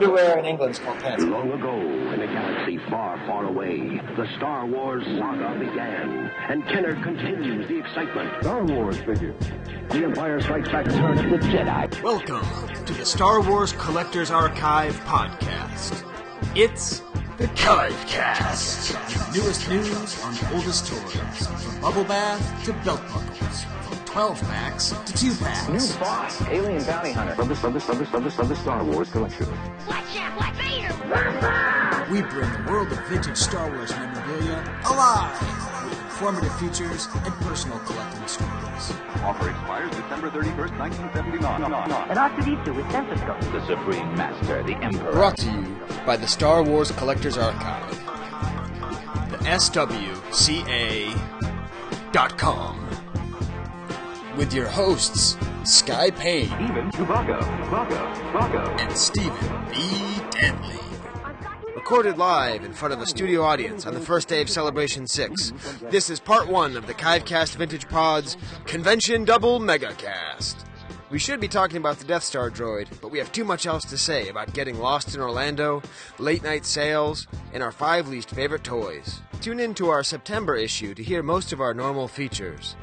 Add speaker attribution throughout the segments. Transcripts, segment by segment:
Speaker 1: Everywhere in England's called Pansy.
Speaker 2: Long ago, in a galaxy far, far away, the Star Wars saga began, and Kenner continues the excitement.
Speaker 3: Star Wars figures. The Empire Strikes Back turns the Jedi.
Speaker 4: Welcome to the Star Wars Collectors Archive podcast. It's the Archive Cast. Newest news on the oldest toys, from bubble bath to belt buckles, from 12 packs to 2 packs.
Speaker 3: boss, alien bounty hunter.
Speaker 2: Of the, of the, of the, of the, of the Star Wars collection.
Speaker 5: Watch out, what Vader!
Speaker 4: We bring the world of vintage Star Wars memorabilia alive with informative features and personal collecting stories.
Speaker 6: Offer expires December 31st, 1979.
Speaker 4: Brought to you by the Star Wars Collectors Archive, the SWCA.com, with your hosts, Sky Payne
Speaker 6: Even Chewbacca, Chewbacca, Chewbacca.
Speaker 4: and Stephen B. Denley. Recorded live in front of a studio audience on the first day of Celebration 6, this is part one of the Kivecast Vintage Pods Convention Double Megacast. We should be talking about the Death Star droid, but we have too much else to say about getting lost in Orlando, late night sales, and our five least favorite toys. Tune in to our September issue to hear most of our normal features.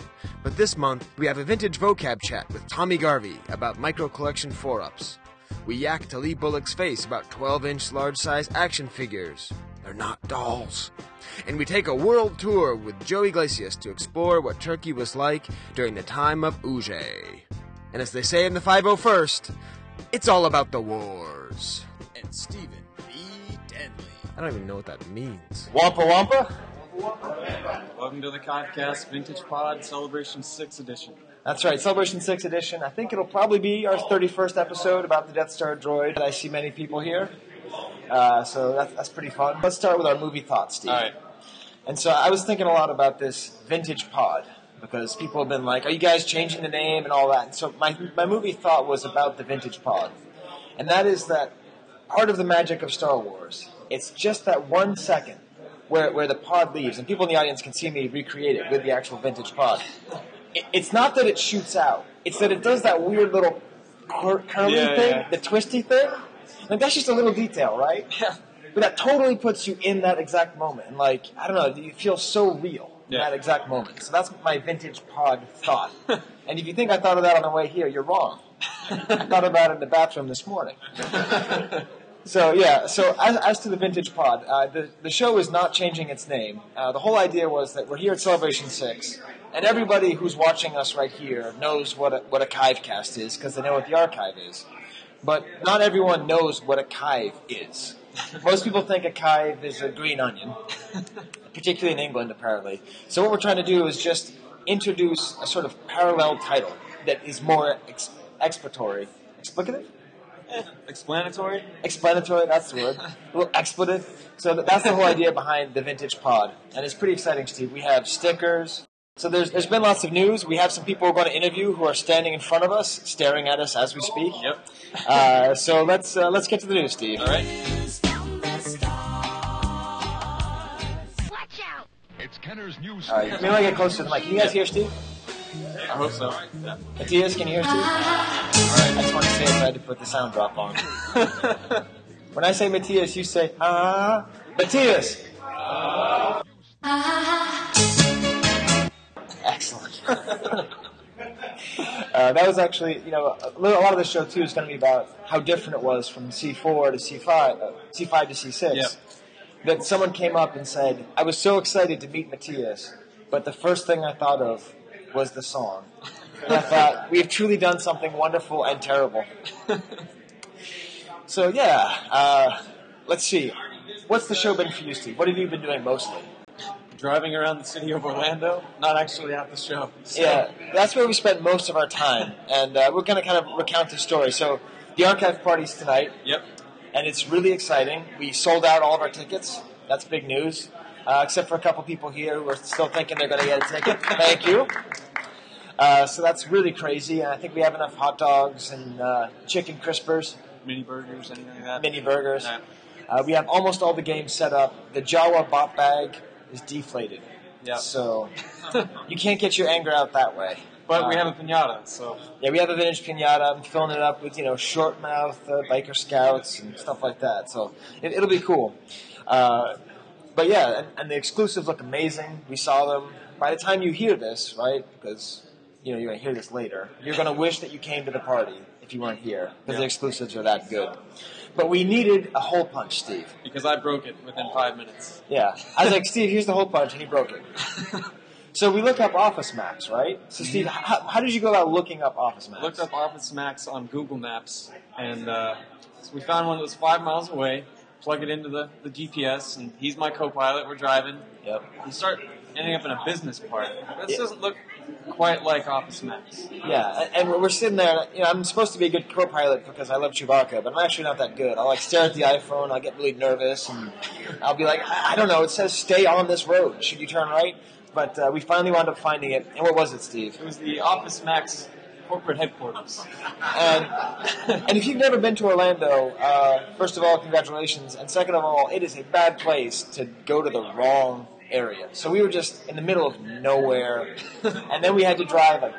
Speaker 4: But this month, we have a vintage vocab chat with Tommy Garvey about micro collection 4 ups. We yak to Lee Bullock's face about 12 inch large size action figures. They're not dolls. And we take a world tour with Joey Iglesias to explore what Turkey was like during the time of Uje. And as they say in the 501st, it's all about the wars. And Stephen B. Denley. I don't even know what that means.
Speaker 1: Wampa Wampa?
Speaker 7: Welcome to the Kivecast Vintage Pod Celebration 6 edition.
Speaker 1: That's right, Celebration 6 edition. I think it'll probably be our 31st episode about the Death Star droid. I see many people here, uh, so that's, that's pretty fun. Let's start with our movie thoughts, Steve.
Speaker 7: All right.
Speaker 1: And so I was thinking a lot about this vintage pod because people have been like, "Are you guys changing the name and all that?" And so my my movie thought was about the vintage pod, and that is that part of the magic of Star Wars. It's just that one second where where the pod leaves, and people in the audience can see me recreate it with the actual vintage pod. It, it's not that it shoots out; it's that it does that weird little cur- curly
Speaker 7: Yeah,
Speaker 1: thing,
Speaker 7: yeah.
Speaker 1: the twisty thing. Like that's just a little detail, right? but that totally puts you in that exact moment. And like, I don't know, you feel so real in
Speaker 7: Yeah.
Speaker 1: that exact moment. So that's my vintage pod thought. and if you think I thought of that on the way here, you're wrong. I thought about it in the bathroom this morning. So yeah, so as, as to the Vintage Pod, uh, the the show is not changing its name. Uh, the whole idea was that we're here at Celebration Six, and everybody who's watching us right here knows what a, what a Kivecast is because they know what the archive is. But not everyone knows what a Kive is. Most people think a Kive is a green onion, particularly in England, apparently. So what we're trying to do is just introduce a sort of parallel title that is more ex- explicatory, explicative
Speaker 7: Explanatory?
Speaker 1: explanatory, that's the word. A little expletive. So that, that's the whole idea behind the Vintage Pod. And it's pretty exciting, Steve. We have stickers. So there's, there's been lots of news. We have some people we're going to interview who are standing in front of us, staring at us as we speak.
Speaker 7: Yep.
Speaker 1: Uh, so let's, uh, let's get to the news, Steve.
Speaker 7: All right.
Speaker 5: Watch out!
Speaker 6: It's Kenner's new
Speaker 1: All right, maybe I get closer to the mic. Can you guys hear Steve?
Speaker 7: I hope so. Yeah.
Speaker 1: Matthias, can you hear Steve? All right, I just want to say if I had to put the sound drop on. when I say Matthias, you say, ah. Matthias! Excellent. uh, that was actually, you know, a, little, a lot of the show too is going to be about how different it was from C4 to C5, uh, C5 to C6.
Speaker 7: Yeah.
Speaker 1: That someone came up and said, I was so excited to meet Matthias, but the first thing I thought of was the song. And I thought, we have truly done something wonderful and terrible. so, yeah, uh, let's see. What's the show been for you, Steve? What have you been doing mostly?
Speaker 7: Driving around the city of Orlando, not actually at the show. So-
Speaker 1: Yeah, that's where we spent most of our time, and uh, we're going to kind of recount the story. So, the archive party's tonight,
Speaker 7: Yep.
Speaker 1: and it's really exciting. We sold out all of our tickets. That's big news, uh, except for a couple people here who are still thinking they're going to get a ticket. Thank you. Uh, so that's really crazy, and I think we have enough hot dogs and uh, chicken crispers,
Speaker 7: Mini burgers, anything like that.
Speaker 1: mini burgers.
Speaker 7: Yeah.
Speaker 1: Uh, we have almost all the games set up. The Jawa bot bag is deflated,
Speaker 7: Yeah.
Speaker 1: so you can't get your anger out that way.
Speaker 7: But we have a pinata, so
Speaker 1: Yeah, we have a vintage pinata. I'm filling it up with you know short mouth uh, biker scouts and stuff like that. So it, it'll be cool. Uh, but yeah, and, and the exclusives look amazing. We saw them. By the time you hear this, right? Because you know you're gonna hear this later. You're gonna wish that you came to the party if you weren't here because the exclusives are that good. But we needed a hole punch, Steve.
Speaker 7: because I broke it within five minutes.
Speaker 1: Yeah. I was like, Steve, here's the hole punch, and he broke it. So we look up office maps, right? So Steve, how, how did you go about looking up office maps?
Speaker 7: I looked up Office Max on Google Maps, and uh, so we found one that was five miles away. Plug it into the, the GPS, and he's my co-pilot. We're driving.
Speaker 1: Yep.
Speaker 7: You start ending up in a business park. This
Speaker 1: Yeah.
Speaker 7: doesn't look quite like Office Max.
Speaker 1: Yeah, and and we're sitting there. You know, I'm supposed to be a good co-pilot because I love Chewbacca, but I'm actually not that good. I'll like stare at the iPhone. I'll get really nervous, and I'll be like, I I don't know. It says stay on this road. Should you turn right? But uh, we finally wound up finding it. And what was it, Steve?
Speaker 7: It was the Office Max corporate headquarters.
Speaker 1: And Um, and if you've never been to Orlando, uh, first of all, congratulations, and second of all, it is a bad place to go to the wrong area. So we were just in the middle of nowhere, and then we had to drive like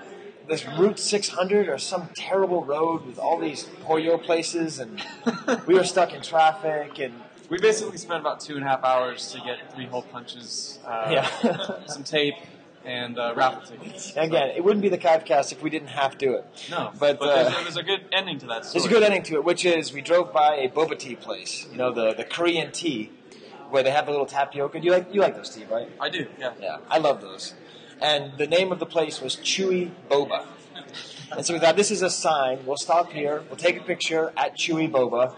Speaker 1: this Route 600 or some terrible road with all these Pollo places, and we were stuck in traffic and.
Speaker 7: We basically spent about two and a half hours to get three hole punches, uh,
Speaker 1: Yeah.
Speaker 7: some tape, and uh, raffle tickets.
Speaker 1: and Again, it wouldn't be the Kivecast if we didn't have to it.
Speaker 7: No,
Speaker 1: but,
Speaker 7: there's-
Speaker 1: uh,
Speaker 7: there's, a good ending to that story.
Speaker 1: There's a good ending to it, which is we drove by a boba tea place. You know, the, the Korean tea, where they have the little tapioca. You like you like those tea, right?
Speaker 7: I do, yeah.
Speaker 1: Yeah, I love those. And the name of the place was Chewy Boba. And so we thought this is a sign. We'll stop here. We'll take a picture at Chewy Boba.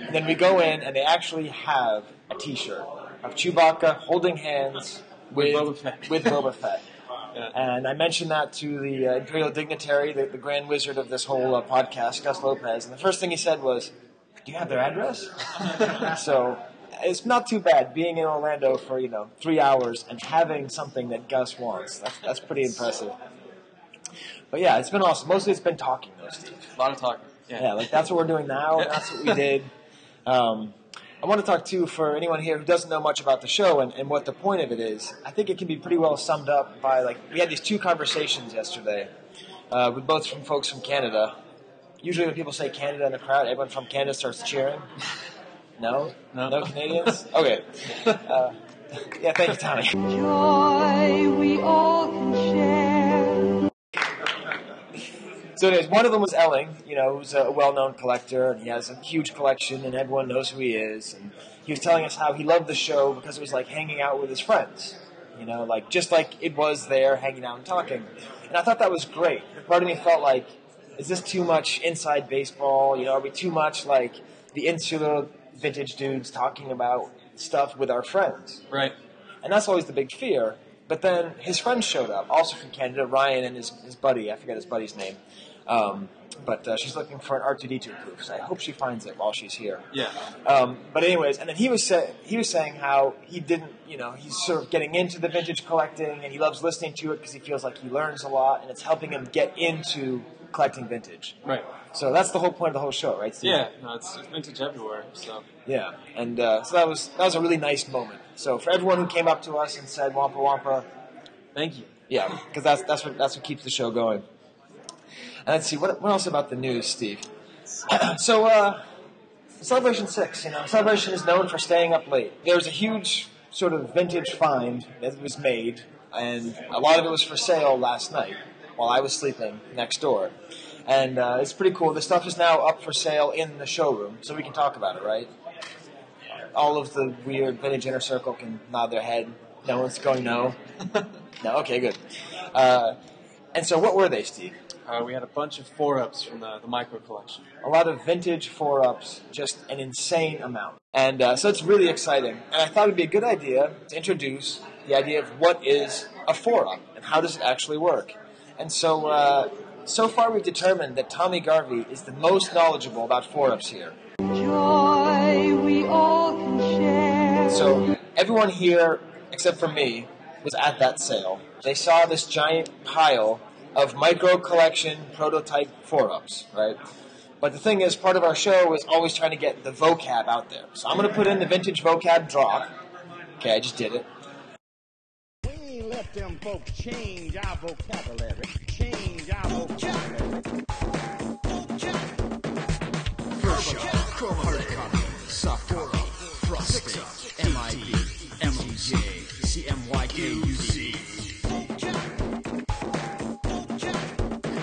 Speaker 1: And then we go in, and they actually have a T-shirt of Chewbacca holding hands with
Speaker 7: With Boba Fett.
Speaker 1: with Boba Fett.
Speaker 7: Yeah.
Speaker 1: And I mentioned that to the uh, Imperial dignitary, the, the Grand Wizard of this whole uh, podcast, Gus Lopez. And the first thing he said was, "Do you have their address?" so it's not too bad being in Orlando for you know three hours and having something that Gus wants. That's, that's pretty impressive. But yeah, it's been awesome. Mostly, it's been talking though, Steve.
Speaker 7: A lot of talking. Yeah.
Speaker 1: Yeah, like that's what we're doing now. and That's what we did. Um, I want to talk too for anyone here who doesn't know much about the show and, and what the point of it is. I think it can be pretty well summed up by like we had these two conversations yesterday uh, with both from folks from Canada. Usually, when people say Canada in the crowd, everyone from Canada starts cheering. No,
Speaker 7: No.
Speaker 1: Canadians. Okay. Uh, yeah, thank you, Tommy.
Speaker 8: joy we all can share.
Speaker 1: So, anyways, one of them was Elling, you know, who's a well-known collector, and he has a huge collection, and everyone knows who he is. And he was telling us how he loved the show because it was like hanging out with his friends, you know, like just like it was there, hanging out and talking. And I thought that was great. Part of me felt like, is this too much inside baseball? You know, are we too much like the insular vintage dudes talking about stuff with our friends?
Speaker 7: Right.
Speaker 1: And that's always the big fear. But then his friends showed up, also from Canada, Ryan and his, his buddy. I forget his buddy's name. Um, but uh, she's looking for an R2D2 proof, so I hope she finds it while she's here.
Speaker 7: Yeah.
Speaker 1: Um, but anyways, and then he was say, he was saying how he didn't, you know, he's sort of getting into the vintage collecting, and he loves listening to it because he feels like he learns a lot, and it's helping him get into collecting vintage.
Speaker 7: Right.
Speaker 1: So that's the whole point of the whole show, right? Steve?
Speaker 7: Yeah. No, it's, it's vintage everywhere. So
Speaker 1: Yeah, and uh, so that was that was a really nice moment. So for everyone who came up to us and said "Wampa Wampa,"
Speaker 7: thank you.
Speaker 1: Yeah, because that's that's what that's what keeps the show going. And let's see what what else about the news, Steve. so, uh, Celebration Six, you know, Celebration is known for staying up late. There was a huge sort of vintage find that was made, and a lot of it was for sale last night while I was sleeping next door. And uh, it's pretty cool. The stuff is now up for sale in the showroom, so we can talk about it, right? All of the weird vintage inner circle can nod their head. No one's going no. No, okay, good. Uh, and so, what were they, Steve?
Speaker 7: Uh, we had a bunch of four ups from the, the micro collection.
Speaker 1: A lot of vintage four ups, just an insane amount. And uh, so, it's really exciting. And I thought it'd be a good idea to introduce the idea of what is a four up and how does it actually work. And so, uh, so far, we've determined that Tommy Garvey is the most knowledgeable about four ups here.
Speaker 8: Joy we all can share.
Speaker 1: So everyone here, except for me, was at that sale. They saw this giant pile of micro collection prototype four ups, right? But the thing is, part of our show is always trying to get the vocab out there. So I'm going to put in the vintage vocab drop. Okay, I just did it.
Speaker 3: When he left
Speaker 9: them folks change our vocabulary. Change our vocabulary.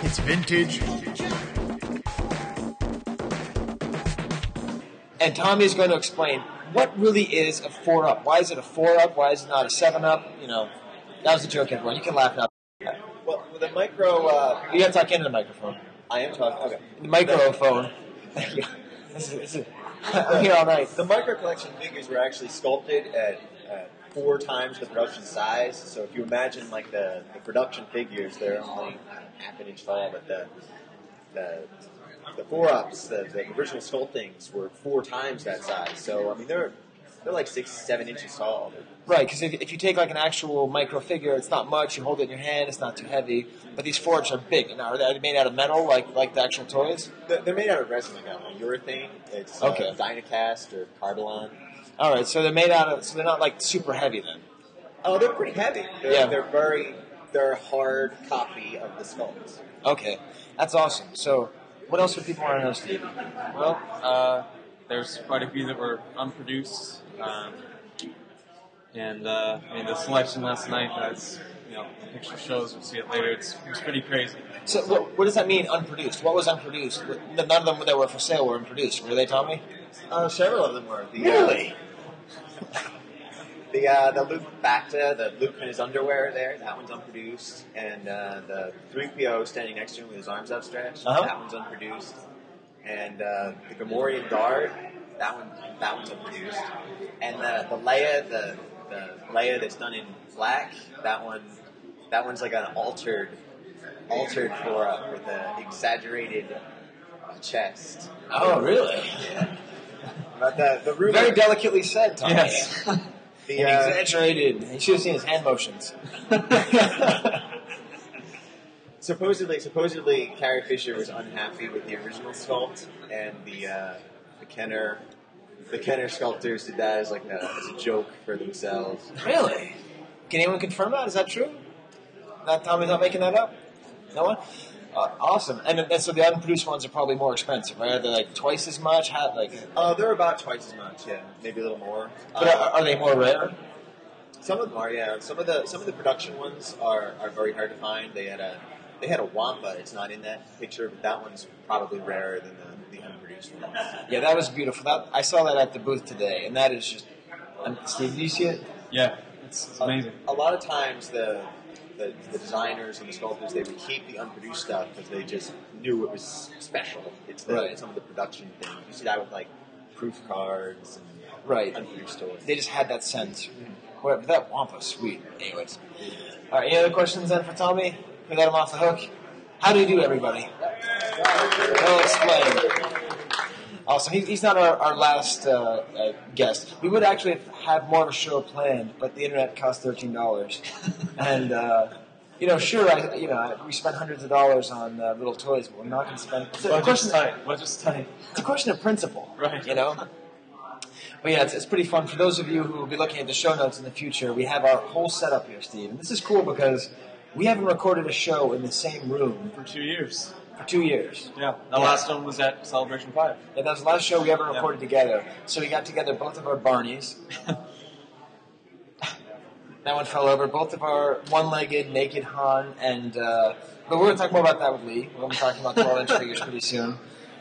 Speaker 10: It's vintage.
Speaker 1: And Tommy's going to explain what really is a four up. Why is it a four up? Why is it not a seven up? You know, that was a joke, everyone. You can laugh now.
Speaker 11: Well, with a micro, uh,
Speaker 1: You got to talk into the microphone.
Speaker 11: I am talking. Okay.
Speaker 1: The microphone. Thank you. This is, this is, I'm here all night.
Speaker 11: The micro collection figures were actually sculpted at, at four times the production size. So if you imagine like the, the production figures, they're only half an inch tall, but the the the four ups, the, the original sculptings were four times that size. So I mean, they're they're like six, seven inches tall.
Speaker 1: Right, because if, if you take like an actual micro figure, it's not much. You hold it in your hand; it's not too heavy. But these forks are big. Now, are they made out of metal, like like the actual toys?
Speaker 11: They're, they're made out of resin, like uh, urethane. It's
Speaker 1: Okay.
Speaker 11: uh, Dynacast or Carbolon.
Speaker 1: All right, so they're made out of. So they're not like super heavy then.
Speaker 11: Oh, they're pretty heavy. They're,
Speaker 1: Yeah.
Speaker 11: they're very they're a hard copy of the sculpts.
Speaker 1: Okay, that's awesome. So, what else would people want to know, Steve?
Speaker 7: Well, uh, there's quite a few that were unproduced, um, and uh, I mean the selection last night. That's you know, the picture shows. We'll see it later. It's, it's pretty crazy.
Speaker 1: So, what, what does that mean? Unproduced? What was unproduced? N- None of them that were for sale were unproduced, were they, Tommy?
Speaker 11: Uh, several of them were. The, really? the uh, the Luke Bacta, the Luke in his underwear there, that one's unproduced. And uh, the 3PO standing next to him with his arms outstretched,
Speaker 1: Uh-huh.
Speaker 11: that one's unproduced. And uh, the Gamorrean guard, that one that one's unproduced. And uh, the, the Leia, the, the Leia that's done in black, that one that one's like an altered altered for uh, with an exaggerated chest.
Speaker 1: Oh, really?
Speaker 11: But the, the rumor,
Speaker 1: Very delicately said, Tommy.
Speaker 7: Yes.
Speaker 11: the,
Speaker 1: And
Speaker 11: uh,
Speaker 1: exaggerated. You should have seen his hand motions.
Speaker 11: supposedly, supposedly, Carrie Fisher was unhappy with the original sculpt, and the uh, the Kenner, the Kenner sculptors did that as like a, as a joke for themselves.
Speaker 1: Really? Can anyone confirm that? Is that true? That Tommy's not making that up? No one? Uh, awesome. And, and so the unproduced ones are probably more expensive, right? Are they like twice as much? How, like,
Speaker 11: Uh, they're about twice as much, yeah, maybe a little more.
Speaker 1: but
Speaker 11: Uh,
Speaker 1: are, are they more rare?
Speaker 11: Some of them are, yeah. Some of the some of the production ones are, are very hard to find. They had a they had a Wamba. It's not in that picture, but that one's probably rarer than the, the unproduced ones.
Speaker 1: Yeah, that was beautiful. That, I saw that at the booth today, and that is just. Um, Steve, do you see it?
Speaker 7: Yeah, it's, it's amazing.
Speaker 11: A lot of times the, the the designers and the sculptors they would keep the unproduced stuff because they just knew it was special. It's the,
Speaker 1: Right.
Speaker 11: some of the production things. You see that with like proof cards and
Speaker 1: Right.
Speaker 11: unproduced toys.
Speaker 1: They just had that sense. Whatever, that Wampa's sweet. Anyways. All right, any other questions then for Tommy? We let him off the hook. How do you do, everybody? We'll explain. Awesome. He, he's not our, our last uh, uh, guest. We would actually have more of a show planned, but the internet cost thirteen dollars, and uh, you know, sure, I, you know, I- we spent hundreds of dollars on uh, little toys, but we're not going to spend. It's a, question,
Speaker 7: Budget's tight.
Speaker 1: it's a question of principle,
Speaker 7: Right.
Speaker 1: You know. But yeah, it's, it's pretty fun. For those of you who will be looking at the show notes in the future, we have our whole setup here, Steve. And this is cool because we haven't recorded a show in the same room
Speaker 7: For two years.
Speaker 1: for two years.
Speaker 7: Yeah, the
Speaker 1: Yeah.
Speaker 7: last one was at Celebration Five.
Speaker 1: And that was the last show we ever recorded together. So we got together both of our Barneys. that one fell over. Both of our one-legged naked Han, and uh, but we're going to talk more about that with Lee. We're going to be talking about 12-inch figures pretty soon,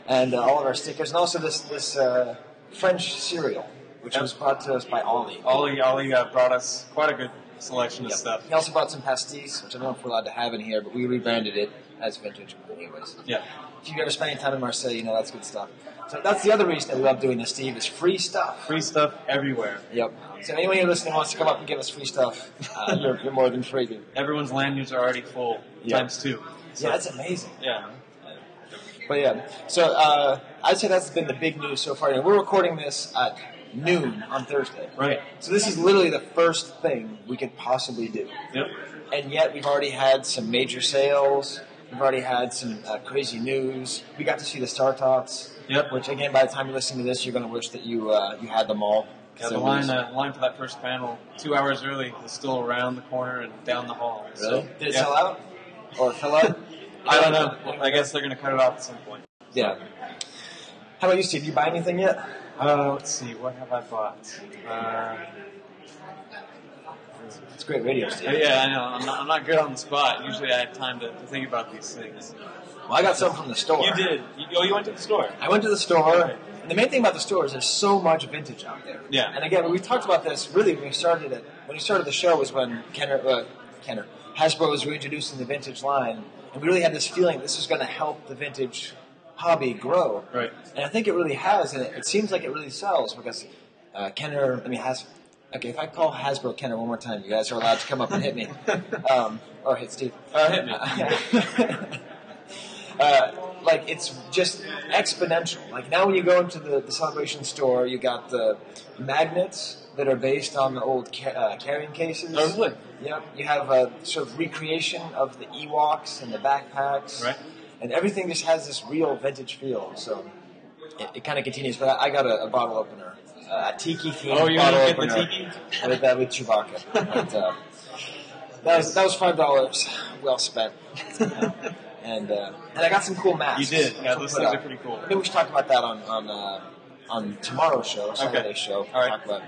Speaker 1: and uh, all of our stickers, and also this this uh, French cereal, which was brought to us by Ollie.
Speaker 7: Ollie, Ollie uh, brought us quite a good selection of
Speaker 1: Yep.
Speaker 7: stuff.
Speaker 1: He also brought some pasties, which I don't know if we're allowed to have in here, but we rebranded it as vintage. Anyways,
Speaker 7: Yeah.
Speaker 1: if you've ever spent any time in Marseille, you know that's good stuff. So that's the other reason that we love doing this, Steve, is free stuff.
Speaker 7: Free stuff everywhere.
Speaker 1: Yep. So anyone here listening wants to come up and give us free stuff, uh, you're, you're more than free. to-
Speaker 7: Everyone's lanyards are already full
Speaker 1: Yeah.
Speaker 7: times two. So,
Speaker 1: Yeah, that's amazing.
Speaker 7: yeah.
Speaker 1: But yeah, so uh, I'd say that's been the big news so far. We're recording this at noon on Thursday.
Speaker 7: Right.
Speaker 1: So this is literally the first thing we could possibly do.
Speaker 7: Yep.
Speaker 1: And yet we've already had some major sales. We've already had some uh, crazy news. We got to see the Star Tots.
Speaker 7: Yep.
Speaker 1: Which again, by the time you listen to this, you're going to wish that you uh, you had them all.
Speaker 7: Yeah, the
Speaker 1: So
Speaker 7: line,
Speaker 1: there's-
Speaker 7: uh, line for that first panel two hours early is still around the corner and down the hall. So,
Speaker 1: Really? Did it
Speaker 7: yeah.
Speaker 1: sell out or fill up?
Speaker 7: I don't know. I guess they're going to cut it off at some point.
Speaker 1: Yeah. How about you, Steve? Did you buy anything yet?
Speaker 7: Uh, let's see, what have I bought? Uh, oh,
Speaker 1: It's great radio, Steve.
Speaker 7: yeah, I know. I'm not, I'm not good on the spot. Usually I have time to, to think about these things.
Speaker 1: Well, I got something from the store.
Speaker 7: You did. You, oh, you went to the store.
Speaker 1: I went to the store. And the main thing about the store is there's so much vintage out there.
Speaker 7: Yeah.
Speaker 1: And again, we talked about this really when we started it. When we started the show was when Kenner, uh, Kenner Hasbro was reintroducing the vintage line, and we really had this feeling this was going to help the vintage hobby grow.
Speaker 7: Right.
Speaker 1: And I think it really has, and it, it seems like it really sells because uh, Kenner, I mean, has. Okay, if I call Hasbro Kenner one more time, you guys are allowed to come up and hit me, um, or hit Steve.
Speaker 7: Uh, hit me.
Speaker 1: uh, like it's just exponential. Like now, when you go into the, the celebration store, you got the magnets that are based on the old ca- uh, carrying cases.
Speaker 7: Oh, really?
Speaker 1: Yep. You have a sort of recreation of the Ewoks and the backpacks,
Speaker 7: Right.
Speaker 1: And everything just has this real vintage feel. So it, it kind of continues. But I, I got a, a bottle opener, uh, a tiki themed
Speaker 7: Oh, you
Speaker 1: bottle
Speaker 7: get the
Speaker 1: opener
Speaker 7: tiki?
Speaker 1: with uh, with Chewbacca. But, uh, that was that was five dollars well spent. and uh, and I got some cool masks.
Speaker 7: You did. Yeah,
Speaker 1: to
Speaker 7: those
Speaker 1: put
Speaker 7: things
Speaker 1: up.
Speaker 7: are pretty cool.
Speaker 1: I think we should talk about that on on uh, on tomorrow's show, Saturday's show.
Speaker 7: All right.
Speaker 1: Talk about.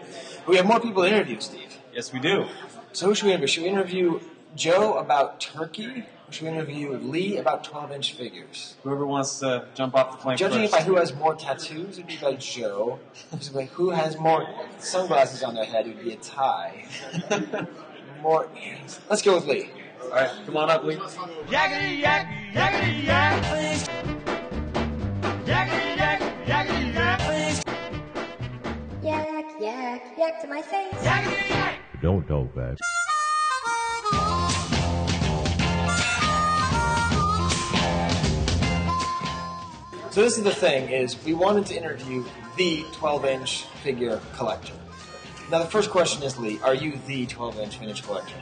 Speaker 1: We have more people to interview, Steve.
Speaker 7: Yes, we do.
Speaker 1: So who should we interview? Should we interview Joe about turkey? Or should we interview Lee about twelve inch figures?
Speaker 7: Whoever wants to jump off the plane
Speaker 1: Judging
Speaker 7: first.
Speaker 1: by who has more tattoos, it'd be like Joe. It's like who has more sunglasses on their head, it'd be a tie. more earrings. Let's go with Lee.
Speaker 7: All right, come on up, Lee.
Speaker 9: Yakety yak, yakety yak. Yakety yak, yakety yak.
Speaker 5: Yak, yak, yak to my face.
Speaker 9: Yakety yak.
Speaker 10: Don't talk back.
Speaker 1: So this is the thing: is we wanted to interview the 12-inch figure collector. Now, the first question is, Lee, are you the 12-inch vintage collector?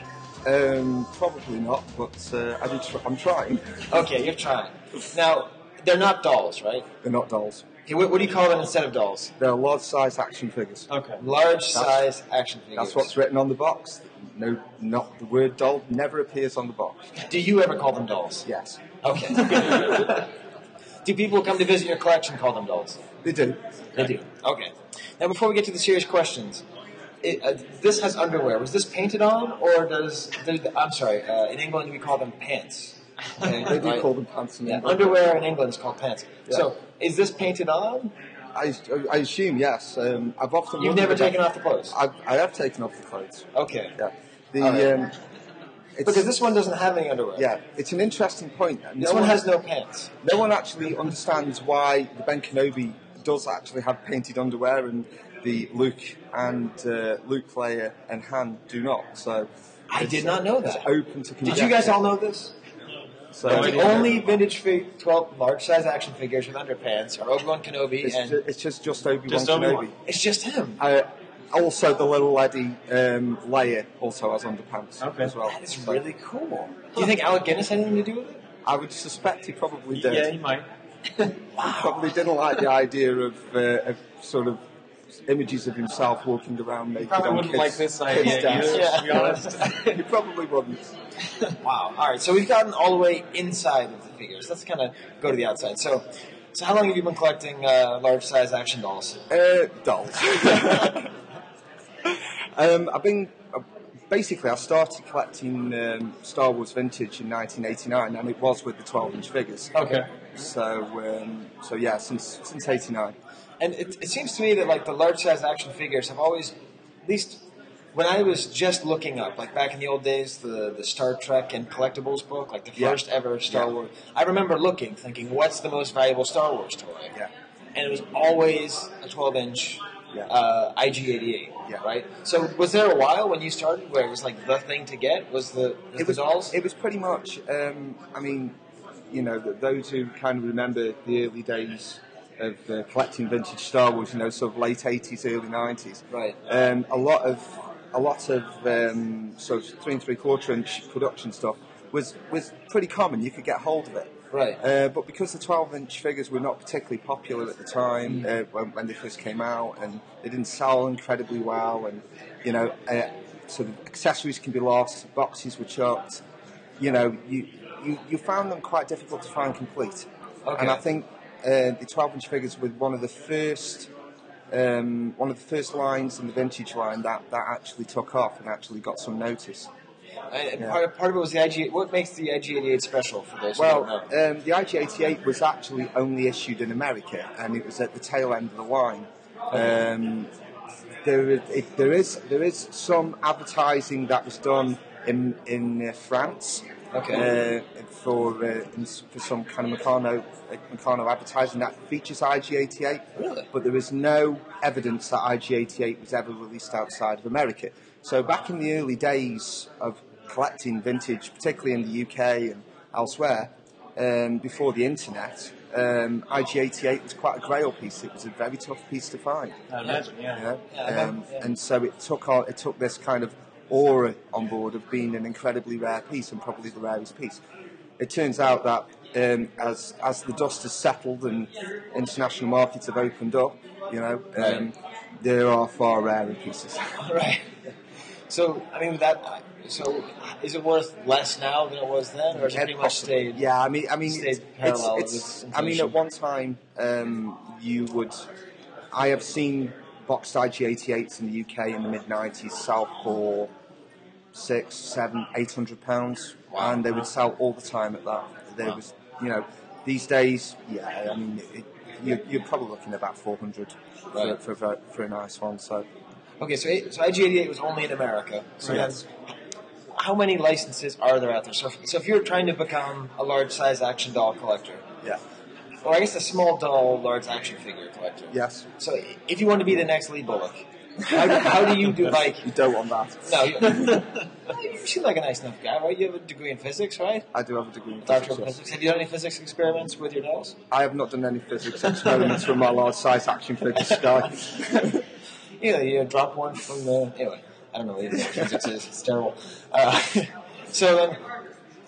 Speaker 12: Um, probably not, but uh, I did tr- I'm trying.
Speaker 1: Okay, you're trying. Now, they're not dolls, right?
Speaker 12: They're not dolls.
Speaker 1: Okay, what, what do you call them instead of dolls?
Speaker 12: They're large-size action figures.
Speaker 7: Okay.
Speaker 1: Large size action figures.
Speaker 12: That's what's written on the box. No, not the word doll never appears on the box.
Speaker 1: Do you ever call them dolls?
Speaker 12: Yes,
Speaker 1: Okay. do people who come to visit your collection call them dolls?
Speaker 12: they do.
Speaker 1: They do. Okay. Now, before we get to the serious questions, it, uh, this has underwear. Was this painted on, or does? Did, I'm sorry. Uh, in England, we call them pants. Okay,
Speaker 12: They do
Speaker 1: right?
Speaker 12: call them pants. and-
Speaker 1: Yeah, underwear in England is called pants.
Speaker 12: Yeah.
Speaker 1: So, is this painted on?
Speaker 12: I, I assume yes. Um, I've often
Speaker 1: You've
Speaker 12: wondered
Speaker 1: never
Speaker 12: about-
Speaker 1: taken off the clothes.
Speaker 12: I've, I have taken off the clothes.
Speaker 1: Okay.
Speaker 12: Yeah. The
Speaker 1: All right.
Speaker 12: um, it's,
Speaker 1: Because this one doesn't have any underwear.
Speaker 12: yeah, it's an interesting point. No
Speaker 1: This one has no pants.
Speaker 12: No one actually understands why the Ben Kenobi does actually have painted underwear and the Luke and uh, Luke Leia and Han do not. So
Speaker 1: I
Speaker 12: it's-
Speaker 1: did not know that.
Speaker 12: It's open to
Speaker 1: Did
Speaker 12: conjecture.
Speaker 1: you guys all know this?
Speaker 12: So
Speaker 1: the only vintage fig- 12 large size action figures with underpants are Obi Wan Kenobi
Speaker 12: It's,
Speaker 1: and
Speaker 12: ju- it's just just Obi Wan
Speaker 7: Just Obi-Wan.
Speaker 12: Kenobi.
Speaker 1: it's just him.
Speaker 12: Uh, also, the little lady um, Leia also has underpants
Speaker 7: Okay.
Speaker 12: as well.
Speaker 1: That is
Speaker 12: So
Speaker 1: really cool. Do you think Alec Guinness had anything to do with it?
Speaker 12: I would suspect he probably did.
Speaker 7: Yeah, you might.
Speaker 12: probably didn't like the idea of, uh, of sort of images of himself walking around naked.
Speaker 7: Probably
Speaker 12: on
Speaker 7: wouldn't
Speaker 12: kids-
Speaker 7: like this
Speaker 12: kids'
Speaker 7: idea
Speaker 12: desks.
Speaker 7: either, to be honest.
Speaker 12: he probably wouldn't.
Speaker 1: Wow. All right. So we've gotten all the way inside of the figures. Let's kind of go to the outside. So, so how long have you been collecting uh, large size action dolls?
Speaker 12: Uh, dolls. um, I've been uh, basically I started collecting um, Star Wars vintage in 1989, and it was with the 12-inch figures.
Speaker 1: Okay.
Speaker 12: So, um, so yeah, since since '89.
Speaker 1: And it, it seems to me that like the large size action figures have always, at least when I was just looking up, like back in the old days, the, the Star Trek and collectibles book, like the
Speaker 12: Yeah.
Speaker 1: first ever Star
Speaker 12: Yeah.
Speaker 1: Wars. I remember looking, thinking, what's the most valuable Star Wars toy?
Speaker 12: Yeah.
Speaker 1: And it was always a 12 inch
Speaker 12: Yeah.
Speaker 1: uh, IG88,
Speaker 12: Yeah.
Speaker 1: right? So was there a while when you started where it was like the thing to get was the, was
Speaker 12: it was
Speaker 1: the dolls?
Speaker 12: It was pretty much. Um, I mean, you know, th those who kind of remember the early days of uh, collecting vintage Star Wars, you know, sort of late eighties, early nineties.
Speaker 1: Right.
Speaker 12: Um, a lot of a lot of um, sort of three and three quarter inch production stuff was was pretty common. You could get hold of it.
Speaker 1: Right.
Speaker 12: Uh, but because the 12 inch figures were not particularly popular at the
Speaker 1: Mm.
Speaker 12: time uh, when, when they first came out, and they didn't sell incredibly well, and you know, uh, so the accessories can be lost, boxes were chucked, you know, you, you, you found them quite difficult to find complete.
Speaker 1: Okay.
Speaker 12: And I think uh, the 12 inch figures were one of the first. Um, one of the first lines in the vintage line that, that actually took off and actually got some notice.
Speaker 1: And
Speaker 12: Yeah.
Speaker 1: part, of, part of it was the IG. What makes the IG88 special for those? who
Speaker 12: Well,
Speaker 1: don't know?
Speaker 12: um, the IG88 was actually only issued in America, and it was at the tail end of the line. Um, there, is- it, there is there is some advertising that was done in in uh, France.
Speaker 1: Okay.
Speaker 12: Uh, for uh, in, s- for some kind of Meccano, uh, Meccano advertising that features IG88.
Speaker 1: Really?
Speaker 12: But there is no evidence that IG88 was ever released outside of America. So back in the early days of collecting vintage, particularly in the UK and elsewhere, um, before the internet, um, IG88 was quite a grail piece. It was a very tough piece to find.
Speaker 7: I imagine, yeah.
Speaker 12: You know?
Speaker 1: Yeah, I remember,
Speaker 12: um,
Speaker 1: yeah.
Speaker 12: And so it took on, it took this kind of aura on board of being an incredibly rare piece and probably the rarest piece. It turns out that um, as as the dust has settled and international markets have opened up, you know, um, there are far rarer pieces.
Speaker 1: right. So I mean that. So is it worth less now than it was then, or is it
Speaker 12: Yeah,
Speaker 1: pretty much
Speaker 12: possibly.
Speaker 1: stayed?
Speaker 12: Yeah, I mean, I mean,
Speaker 1: stayed
Speaker 12: it's, it's,
Speaker 1: parallel
Speaker 12: it's-
Speaker 1: with
Speaker 12: I mean,
Speaker 1: inflation.
Speaker 12: at one time, um, you would. I have seen boxed IG88s in the UK in the mid '90s sell for six, seven, eight hundred pounds, and they would sell all the time at that. There was, you know, these days, yeah, I mean, it, you're, you're probably looking at about four hundred
Speaker 1: Right.
Speaker 12: for, for, for a nice one. So.
Speaker 1: Okay, so it- so IG88 was only in America. So
Speaker 12: Yeah.
Speaker 1: that's how many licenses are there out there? So if, so if you're trying to become a large size action doll collector,
Speaker 12: Yeah.
Speaker 1: or I guess a small doll large action figure collector.
Speaker 12: Yes.
Speaker 1: So i- if you want to be the next Lee Bullock, how, do- how do you do like?
Speaker 12: You don't want that.
Speaker 1: No, you, no, you seem like a nice enough guy, right? You have a degree in physics, right?
Speaker 12: I do have a degree in
Speaker 1: Doctoral
Speaker 12: physics, yes.
Speaker 1: physics. Have you done any physics experiments with your dolls?
Speaker 12: I have not done any physics experiments with my large size action figure sky.
Speaker 1: Yeah, you drop one from the. Anyway, I don't know. Even what physics is. It's terrible. Uh, so then,